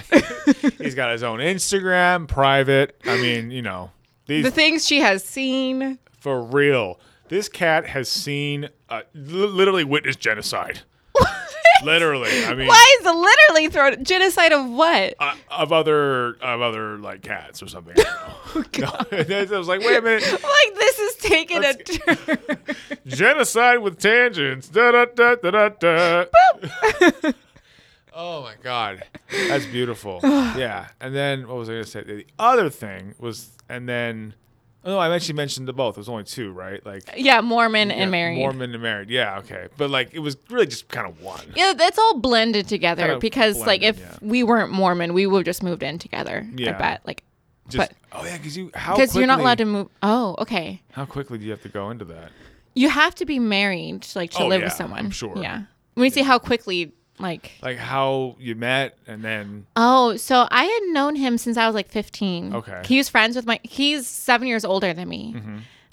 He's got his own Instagram, private. I mean, you know, these the things she has seen. For real. This cat has seen, uh, li- literally witnessed genocide. literally. I mean, Why is the literally thrown genocide of what? Uh, of other, of other like cats or something. I don't know. No, I was like, wait a minute, Like this is taking a Let's- turn. genocide with tangents. Da da da da da da. oh my god, that's beautiful. yeah, and then what was I gonna say? The other thing was, and then, oh no, I actually mentioned the both. There's only two, right? Like yeah, Mormon yeah, and married. Mormon and married. Yeah, okay, but like it was really just kind of one. Yeah, that's all blended together Kinda because like blended, if yeah. we weren't Mormon, we would have just moved in together. Yeah. I bet. Like Just, But- oh yeah, because you how because you're not allowed to quickly- move. Oh, okay. How quickly do you have to go into that? You have to be married like to Oh, live yeah, with someone. I'm sure. Yeah. When you see how quickly like Like how you met and then Oh, so I had known him since I was like 15. Okay. Mm-hmm. He was friends with my, he's seven years older than me.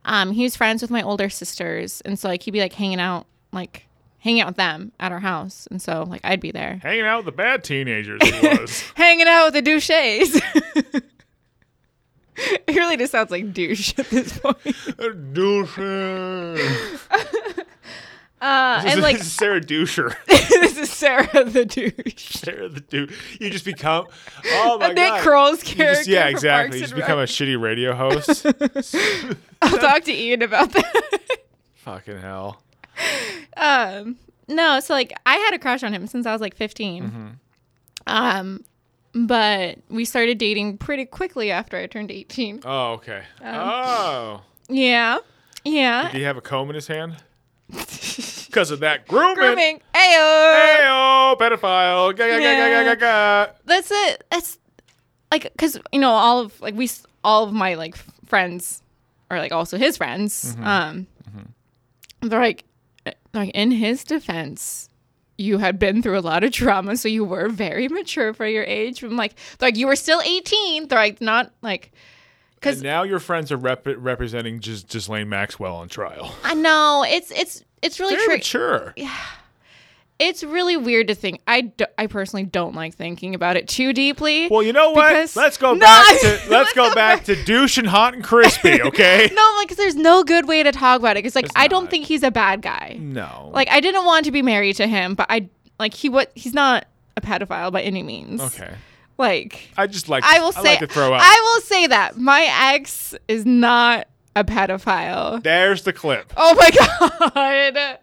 Um, he was friends with my older sisters. And so, like, he'd be like hanging out, like, hanging out with them at our house. And so, like, I'd be there hanging out with the bad teenagers. It was hanging out with the douches. it really just sounds like douche at this point. doucher. Uh, This and is like, Sarah Doucher. this is Sarah the douche. Sarah the dude. You just become oh my Nick god. Kroll's You character. just, yeah, from exactly. Parks You just and become a Rec. shitty radio host. I'll talk to Ian about that. Fucking hell. um no so like i had a crush on him since i was like 15 Mm-hmm. um but we started dating pretty quickly after i turned 18 Oh okay. Um. oh, yeah yeah do you have a comb in his hand? Because of that grooming. grooming ayo Heyo, pedophile. Ga, ga, ga, ga, ga, ga, ga. that's it that's like because you know all of like we s- all of my like f- friends are like also his friends Mm-hmm. um they're like uh, like in his defense you had been through a lot of trauma so you were very mature for your age i'm like they're like you were still 18 they're like not like And now your friends are rep- representing just Ghislaine Maxwell on trial. i know it's it's it's really Very tricky mature. it's really weird to think I, d- I personally don't like thinking about it too deeply Well, you know what? Because- let's go No, back I- to let's, go, back, to douche and hot and crispy. Okay. no like 'cause there's no good way to talk about it because like i don't not. think he's a bad guy no. like I didn't want to be married to him, but I like he what he's not a pedophile by any means. okay. Like I just like. I will I say like to throw out. I will say that my ex is not a pedophile. There's the clip. Oh my god.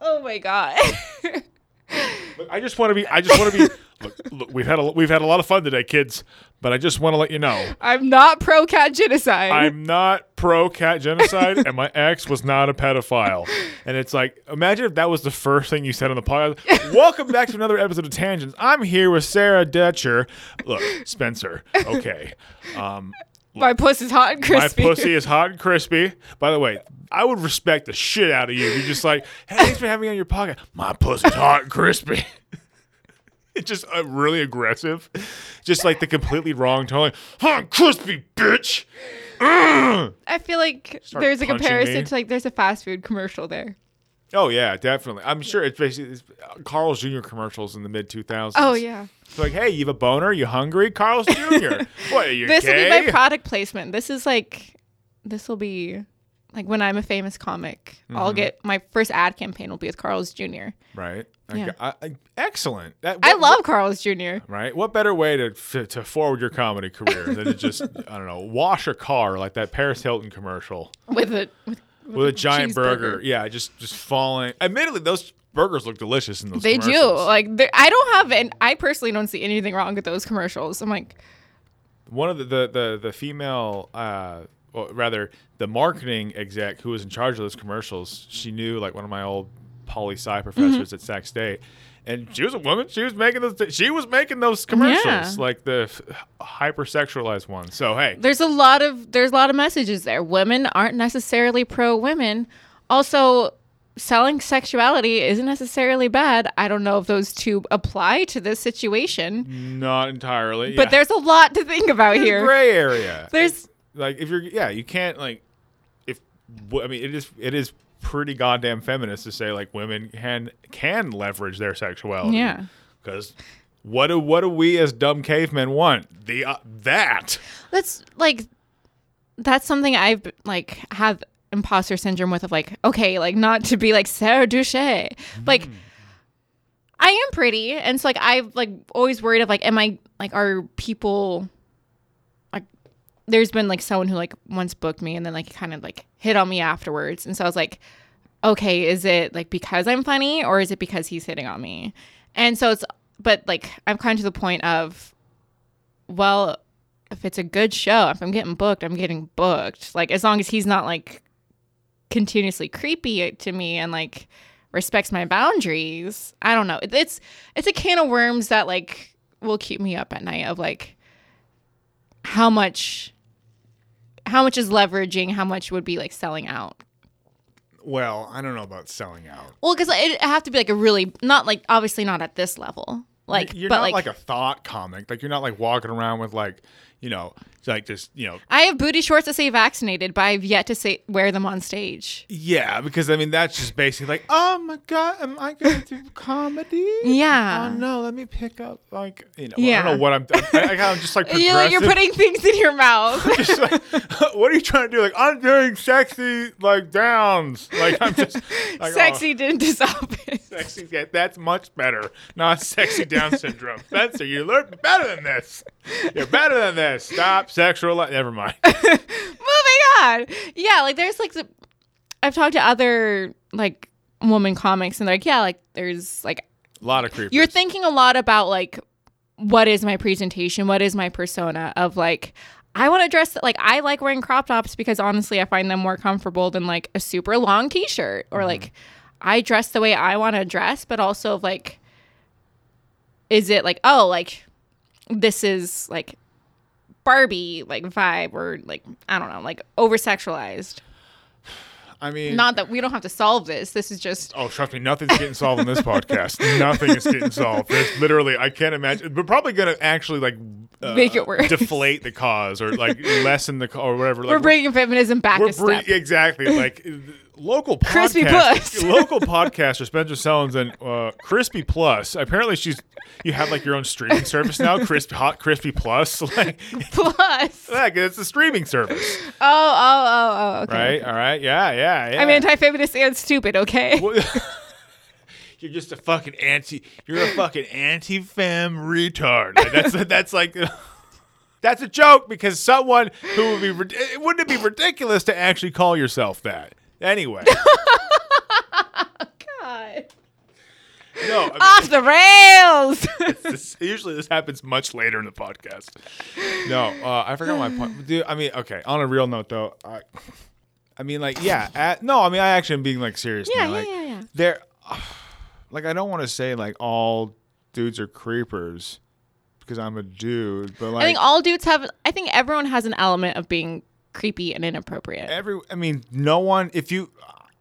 Oh my god. Look, I just want to be. I just want to be. Look, look, we've had a, we've had a lot of fun today, kids. But I just want to let you know, I'm not pro cat genocide. I'm not pro cat genocide, and my ex was not a pedophile. And it's like, imagine if that was the first thing you said on the podcast. Welcome back to another episode of Tangents. I'm here with Sarah Detcher. Look, Spencer. Okay. Um, my puss is hot and My crispy. pussy is hot and crispy. By the way, I would respect the shit out of you. if You're just like, hey, thanks for having me on your podcast. My pussy's hot and crispy. it's just uh, really aggressive. Just like the completely wrong tone. Like, hot and crispy, bitch. I feel like Start there's a punching comparison me. to like there's a fast food commercial there. Oh, yeah, definitely. I'm sure it's basically it's uh, Carl's Jr. commercials in the mid 2000s. Oh yeah. It's like, hey, you have a boner? You hungry? Carl's Jr. what, are you This will be gay? my product placement. This is like this will be like when I'm a famous comic, I'll Mm-hmm. get my first ad campaign will be with Carl's Jr. right. I Yeah. got- I, I, excellent. That, I what- love Carl's Jr. right? What better way to to, to forward your comedy career than to just I don't know wash a car like that Paris Hilton commercial with a with, with a giant burger. cheeseburger. Yeah, just just falling. Admittedly, those burgers look delicious in those. They do commercials. like they're- I don't have and I personally don't see anything wrong with those commercials. I'm like One of the the the, the female. Uh, well, rather, the marketing exec who was in charge of those commercials, she knew like one of my old poli sci Mm-hmm. professors at Sac State, and she was a woman. She was making those. She was making those commercials, Yeah. like the f- hypersexualized ones. So hey, there's a lot of there's a lot of messages there. Women aren't necessarily pro women. Also, selling sexuality isn't necessarily bad. I don't know if those two apply to this situation, not entirely. but yeah. there's a lot to think about There's here. gray area. There's like if you're yeah, you can't like if wh- I mean it is it is pretty goddamn feminist to say like women can can leverage their sexuality. Yeah. Cuz what do what do we as dumb cavemen want? The uh, that. that's like that's something I've like have imposter syndrome with of like okay like not to be like Sarah Duche like I am pretty and so like I've like always worried of like am I like are people like there's been like someone who like once booked me and then like kind of like hit on me afterwards and so I was like okay is it like because I'm funny or is it because he's hitting on me and so it's but like I'm kind of to the point of well if it's a good show, if I'm getting booked, I'm getting booked. Like as long as he's not like continuously creepy to me and like respects my boundaries, I don't know. It- It's it's a can of worms that like will keep me up at night of like how much how much is leveraging, how much would be like selling out. Well, I don't know about selling out. Well, because it have to be like a really not like obviously not at this level. Like, you're but not like, like, a thought comic. Like you're not like walking around with like, you know, like just, you know, I have booty shorts that say vaccinated, but I've yet to say wear them on stage. yeah, because I mean that's just basically like, oh my god, am I going to do comedy? Yeah. Oh no, let me pick up like you know. I Yeah. don't know what I'm. I, I, I'm just like You're, like, progressive. you're putting things in your mouth. Just like, what are you trying to do? Like I'm doing sexy like downs. Like I'm just like, oh, Sexy didn't office. sexy. yeah, that's much better. Not sexy down syndrome. Spencer, you're learning better than this. You're better than this. Stop sexual. Never mind. Moving on. Yeah, like there's like the, I've talked to other like woman comics and they're like, yeah, like there's like A lot of creepers. you're thinking a lot about like what is my presentation, what is my persona of like I want to dress like I like wearing crop tops because honestly I find them more comfortable than like a super long t-shirt Mm-hmm. or like I dress the way I want to dress but also like is it like oh like this is like Barbie like vibe or like I don't know like over Mm. sexualized I mean, not that we don't have to solve this this is just Oh, trust me, nothing's getting solved in this podcast. Nothing is getting solved. There's literally, I can't imagine. We're probably going to actually like uh, Make it worse. deflate the cause, or like lessen the ca- or whatever. Like, we're bringing feminism back we're a bring- step exactly like local podcast, Crispy Plus. local podcaster Spencer Sellens and uh, Crispy Plus. Apparently, she's you have like your own streaming service now, Crispy Hot Crispy Plus. Like, plus like it's a streaming service, Oh, oh, oh, oh. Okay. right? All right, yeah, yeah, yeah. I'm anti-feminist and stupid. Okay. You're just a fucking anti. You're a fucking anti-fem retard. Like, that's that's like That's a joke because someone who would be rid- it- wouldn't it be ridiculous to actually call yourself that? Anyway, God. no. I mean, Off the rails. this- usually this happens much later in the podcast. No, uh, I forgot my point. Dude, I mean, okay. On a real note, though, I, I mean, like, yeah. At, no, I mean, I actually am being like serious. Yeah, now. yeah, like, yeah, yeah. There, like, I don't want to say like all dudes are creepers because I'm a dude, but like, I think all dudes have. I think everyone has an element of being creepy and inappropriate. every i mean no one if you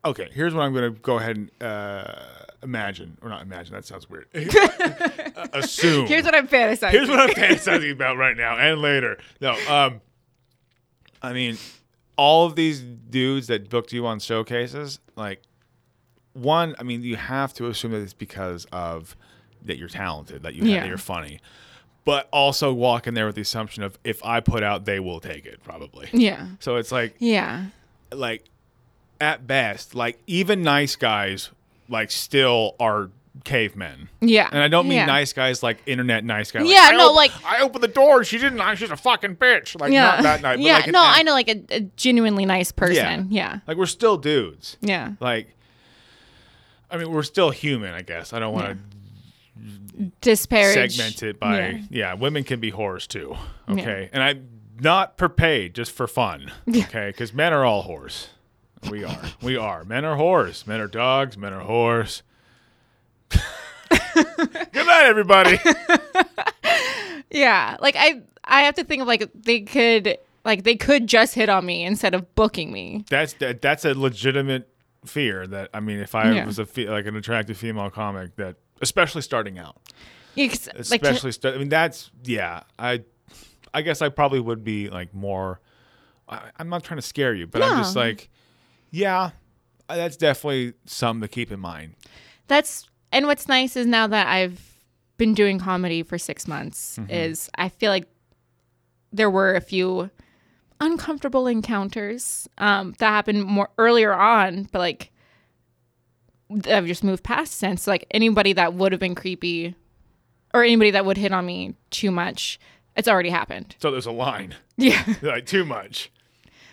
okay here's what i'm gonna go ahead and uh imagine or not imagine that sounds weird Uh, assume Here's what I'm fantasizing. here's what i'm fantasizing about right now and later no um i mean all of these dudes that booked you on showcases like one i mean you have to assume that it's because of that you're talented that you Yeah. that you're funny but also walk in there with the assumption of if i put out they will take it probably yeah. so it's like Yeah. like at best, like even nice guys like still are cavemen. Yeah. And I don't mean Yeah. nice guys like internet nice guys. Yeah, I no, op- like- I opened the door and she didn't. I- She's a fucking bitch. Like Yeah. not that night. But yeah. like an no, act- I know like a, a genuinely nice person. Yeah. Like we're still dudes. Yeah. Like, I mean, we're still human. I guess I don't want to Disparage. segmented by yeah. Yeah. women can be whores too Yeah. okay and i'm not per pay just for fun okay because men are all whores we are we are men are whores men are dogs men are whores good night everybody Yeah. Like I I have to think of like they could like they could just hit on me instead of booking me. that's that, that's a legitimate fear that i mean if i Yeah. was a fe- like an attractive female comic that especially starting out Yeah, 'cause, like, to- especially stu- i mean that's yeah i i guess i probably would be like more I, i'm not trying to scare you but i'm just No. like yeah uh, that's definitely something to keep in mind that's and what's nice is now that I've been doing comedy for 6 months is I feel like there were a few uncomfortable encounters um that happened more earlier on, but like that I've just moved past since like anybody that would have been creepy or anybody that would hit on me too much, it's already happened. so there's a line Yeah. like too much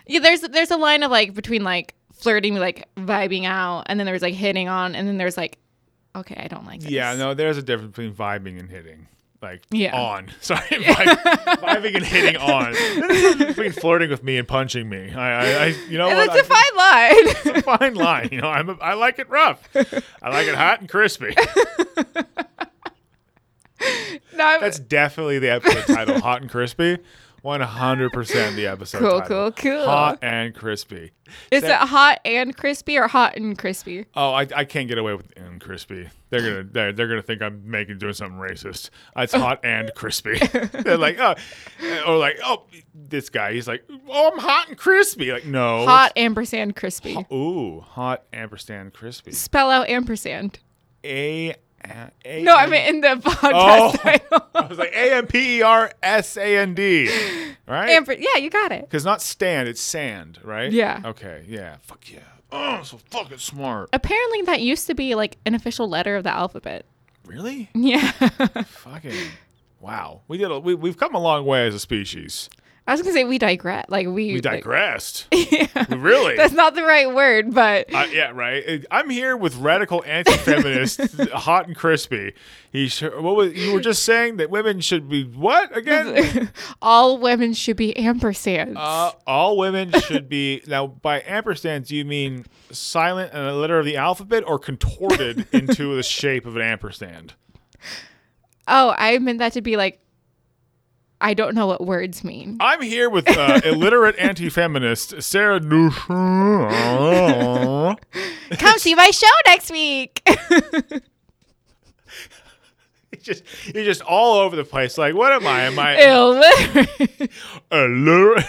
Yeah, there's there's a line of like between like flirting, like vibing out, and then there's like hitting on, and then there's like, okay, I don't like this. yeah no there's a difference between vibing and hitting like Yeah. on sorry vibe- vibing and hitting on There's a difference between flirting with me and punching me i i, I you know And what it's a I- fine line. a fine line. You know, I'm a, I like it rough. I like it hot and crispy. no, I'm- That's definitely the episode title, hot and crispy. One hundred percent the episode Cool, title. cool, cool. Hot and crispy. is it hot and crispy or hot and crispy? Oh, I, I can't get away with and crispy. They're gonna they're, they're gonna think I'm making doing something racist. It's Oh. hot and crispy. they're like oh, or like oh, this guy. He's like oh, I'm hot and crispy. Like no, Hot ampersand crispy. Ooh, hot ampersand crispy. Spell out ampersand. A. a- a- No, I mean in the podcast Oh. I title. was like A M P E R S A N D, right? Amper- yeah, you got it. Because not stand, it's sand, right? Yeah. Okay. Yeah. Fuck yeah. Oh, so fucking smart. Apparently, that used to be like an official letter of the alphabet. Really? Yeah, I Fucking. Wow. We did. A, we we've come a long way as a species. was gonna say we digress. Like we, We like- digressed. yeah. really? That's not the right word, but Uh, yeah, right. Uh, I'm here with radical anti-feminist, hot and crispy. He, sh- what was you were just saying that women should be what again? all women should be ampersands. Uh, all women should be now. By ampersand, do you mean silent and a letter of the alphabet, or contorted into the shape of an ampersand? oh, I meant that to be like, I don't know what words mean. I'm here with uh, illiterate anti-feminist Sarah Dushman. Come see my show next week. It's just you're just all over the place. Like, what am I? Am I Illiterate. illiterate?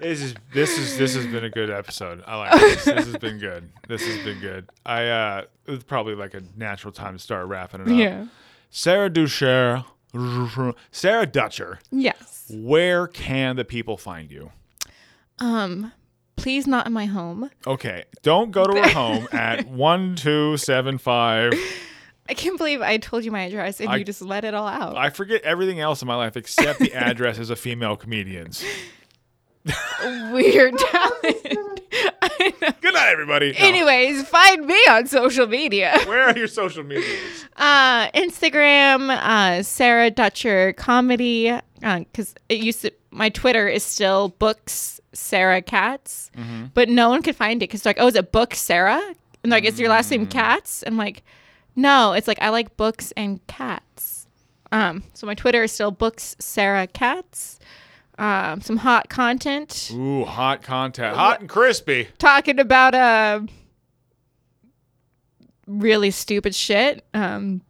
This is this is this has been a good episode. I like this. This has been good. This has been good. I uh, it's probably like a natural time to start wrapping it up. yeah. Sarah Ducher, Sarah Dutcher, Yes. where can the people find you? Um, please not in my home. Okay, don't go to her home at 1275 I can't believe I told you my address and I- you just let it all out. I forget everything else in my life except the addresses of female comedians. Weird talent. I know. Good night, everybody. No. Anyways, find me on social media. Where are your social medias? Uh, Instagram, uh, Sarah Dutcher Comedy, because it used to, my Twitter is still Books Sarah Katz, but no one could find it because like, oh, is it Book Sarah? And they're like, is your last name Katz? And I'm like, no, it's like I like books and cats. Um, so my Twitter is still Books Sarah Katz. Um, some hot content Ooh, hot contact. Hot and crispy. talking about uh really stupid shit. Um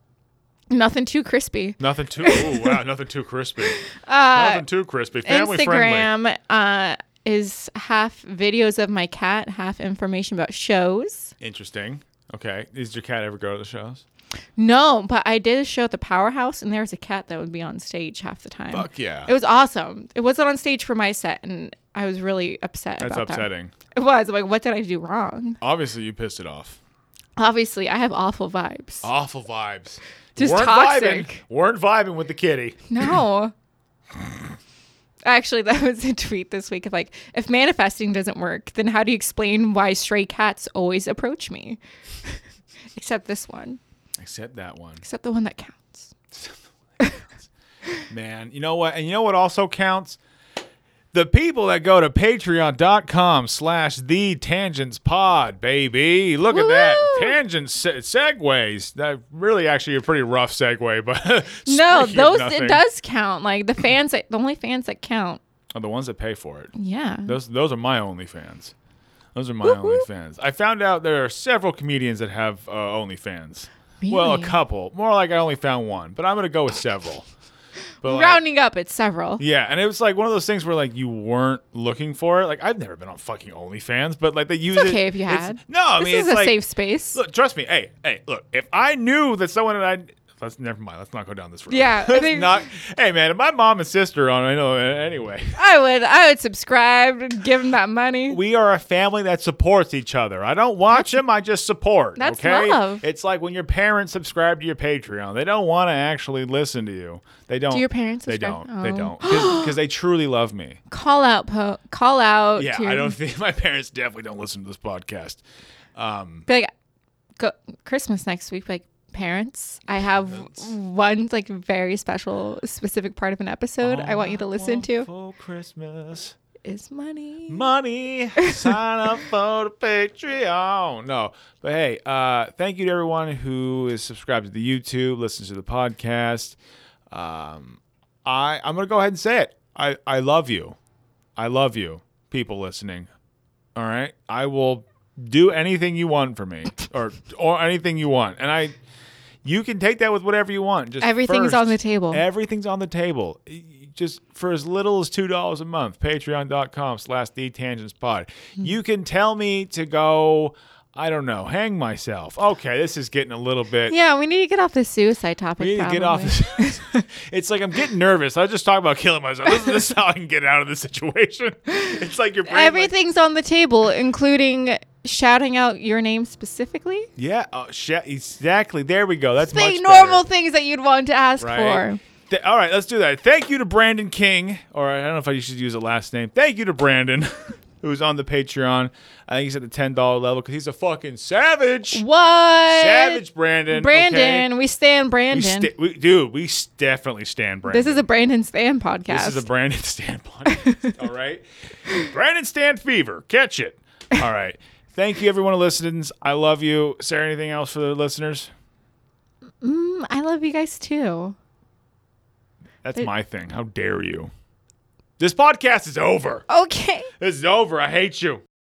nothing too crispy. Nothing too. Ooh, wow. Nothing too crispy. nothing too crispy. Family Uh, friendly. Instagram uh is half videos of my cat, half information about shows. Interesting. Okay. Does your cat ever go to the shows? No, but I did a show at the Powerhouse and there was a cat that would be on stage half the time. Fuck yeah. It was awesome. It wasn't on stage for my set and I was really upset That's about that. upsetting. It was. I'm like, what did I do wrong? Obviously, you pissed it off. Obviously, I have awful vibes. Awful vibes. Just Weren't toxic. Uh, Vibing. Weren't vibing with the kitty. No. Actually, that was a tweet this week of like, if manifesting doesn't work, then how do you explain why stray cats always approach me? Except this one. Except that one. Except the one that counts. Man, you know what? And you know what also counts? The people that go to patreon.com slash the tangents pod, baby. Look at that. Woo-hoo! Tangent se- segues. That really actually a pretty rough segue, but No, speaking of those nothing- it does count. Like the fans that the only fans that count. are Oh, the ones that pay for it. Yeah. Those those are my OnlyFans. Those are my Woo-hoo. OnlyFans. I found out there are several comedians that have uh, OnlyFans. Well, a Really? couple. More like I only found one, but I'm gonna go with several. But like- Rounding up, it's several. yeah, and it was like one of those things where like you weren't looking for it. Like I've never been on fucking OnlyFans, but like they use it. okay if you it's- had. No, I this mean is it's a like, safe space. Look, trust me. Hey, hey, look. If I knew that someone and I, let's never mind. Let's not go down this road. Yeah, I Let's think- not. Hey, man, if my mom and sister are on, I know. uh, Anyway, I would I would subscribe and give them that money. we are a family that supports each other. I don't watch them. I just support. That's okay? love. It's like when your parents subscribe to your Patreon. They don't want to actually listen to you. They don't. your parents They subscribe? don't. They Oh. don't. Because they truly love me. call out po- call out Yeah, to I don't think my parents definitely don't listen to this podcast. be like go christmas next week like parents i have one like very special specific part of an episode i want you to listen to For Christmas is money money, sign up for the Patreon. No, but hey, uh, thank you to everyone who is subscribed to the YouTube, listens to the podcast. Um, I I'm gonna go ahead and say it. I I love you. I love you, people listening. All right, I will do anything you want for me, or or anything you want, and I. You can take that with whatever you want. Just Everything's first, on the table. Everything's on the table. Y- y- Just for as little as two dollars a month, patreon.com slash the tangents pod. Hmm. You can tell me to go, I don't know, hang myself. Okay, this is getting a little bit yeah we need to get off the suicide topic we need to get off probably. this. it's like I'm getting nervous. I just talk about killing myself. This is, this is how I can get out of this situation. It's like your brain. like- everything's on the table including shouting out your name specifically yeah, oh, shit, exactly. There we go. That's the much normal better, things that you'd want to ask right? for Th- all right, let's do that. Thank you to Brandon King, or I don't know if I should use a last name. Thank you to Brandon, who's on the Patreon. I think he's at the ten dollar level because he's a fucking savage. what Savage Brandon. okay? brandon we stand We brandon sta- we, dude, we s- definitely stand Brandon. this is a brandon stand podcast This is a Brandon Stan podcast. all right. Brandon Stan Fever. Catch it. All right. Thank you, everyone who listens. I love you. Sarah, anything else for the listeners? Mm, i love you guys too That's my thing. How dare you? This podcast is over. okay This is over. I hate you.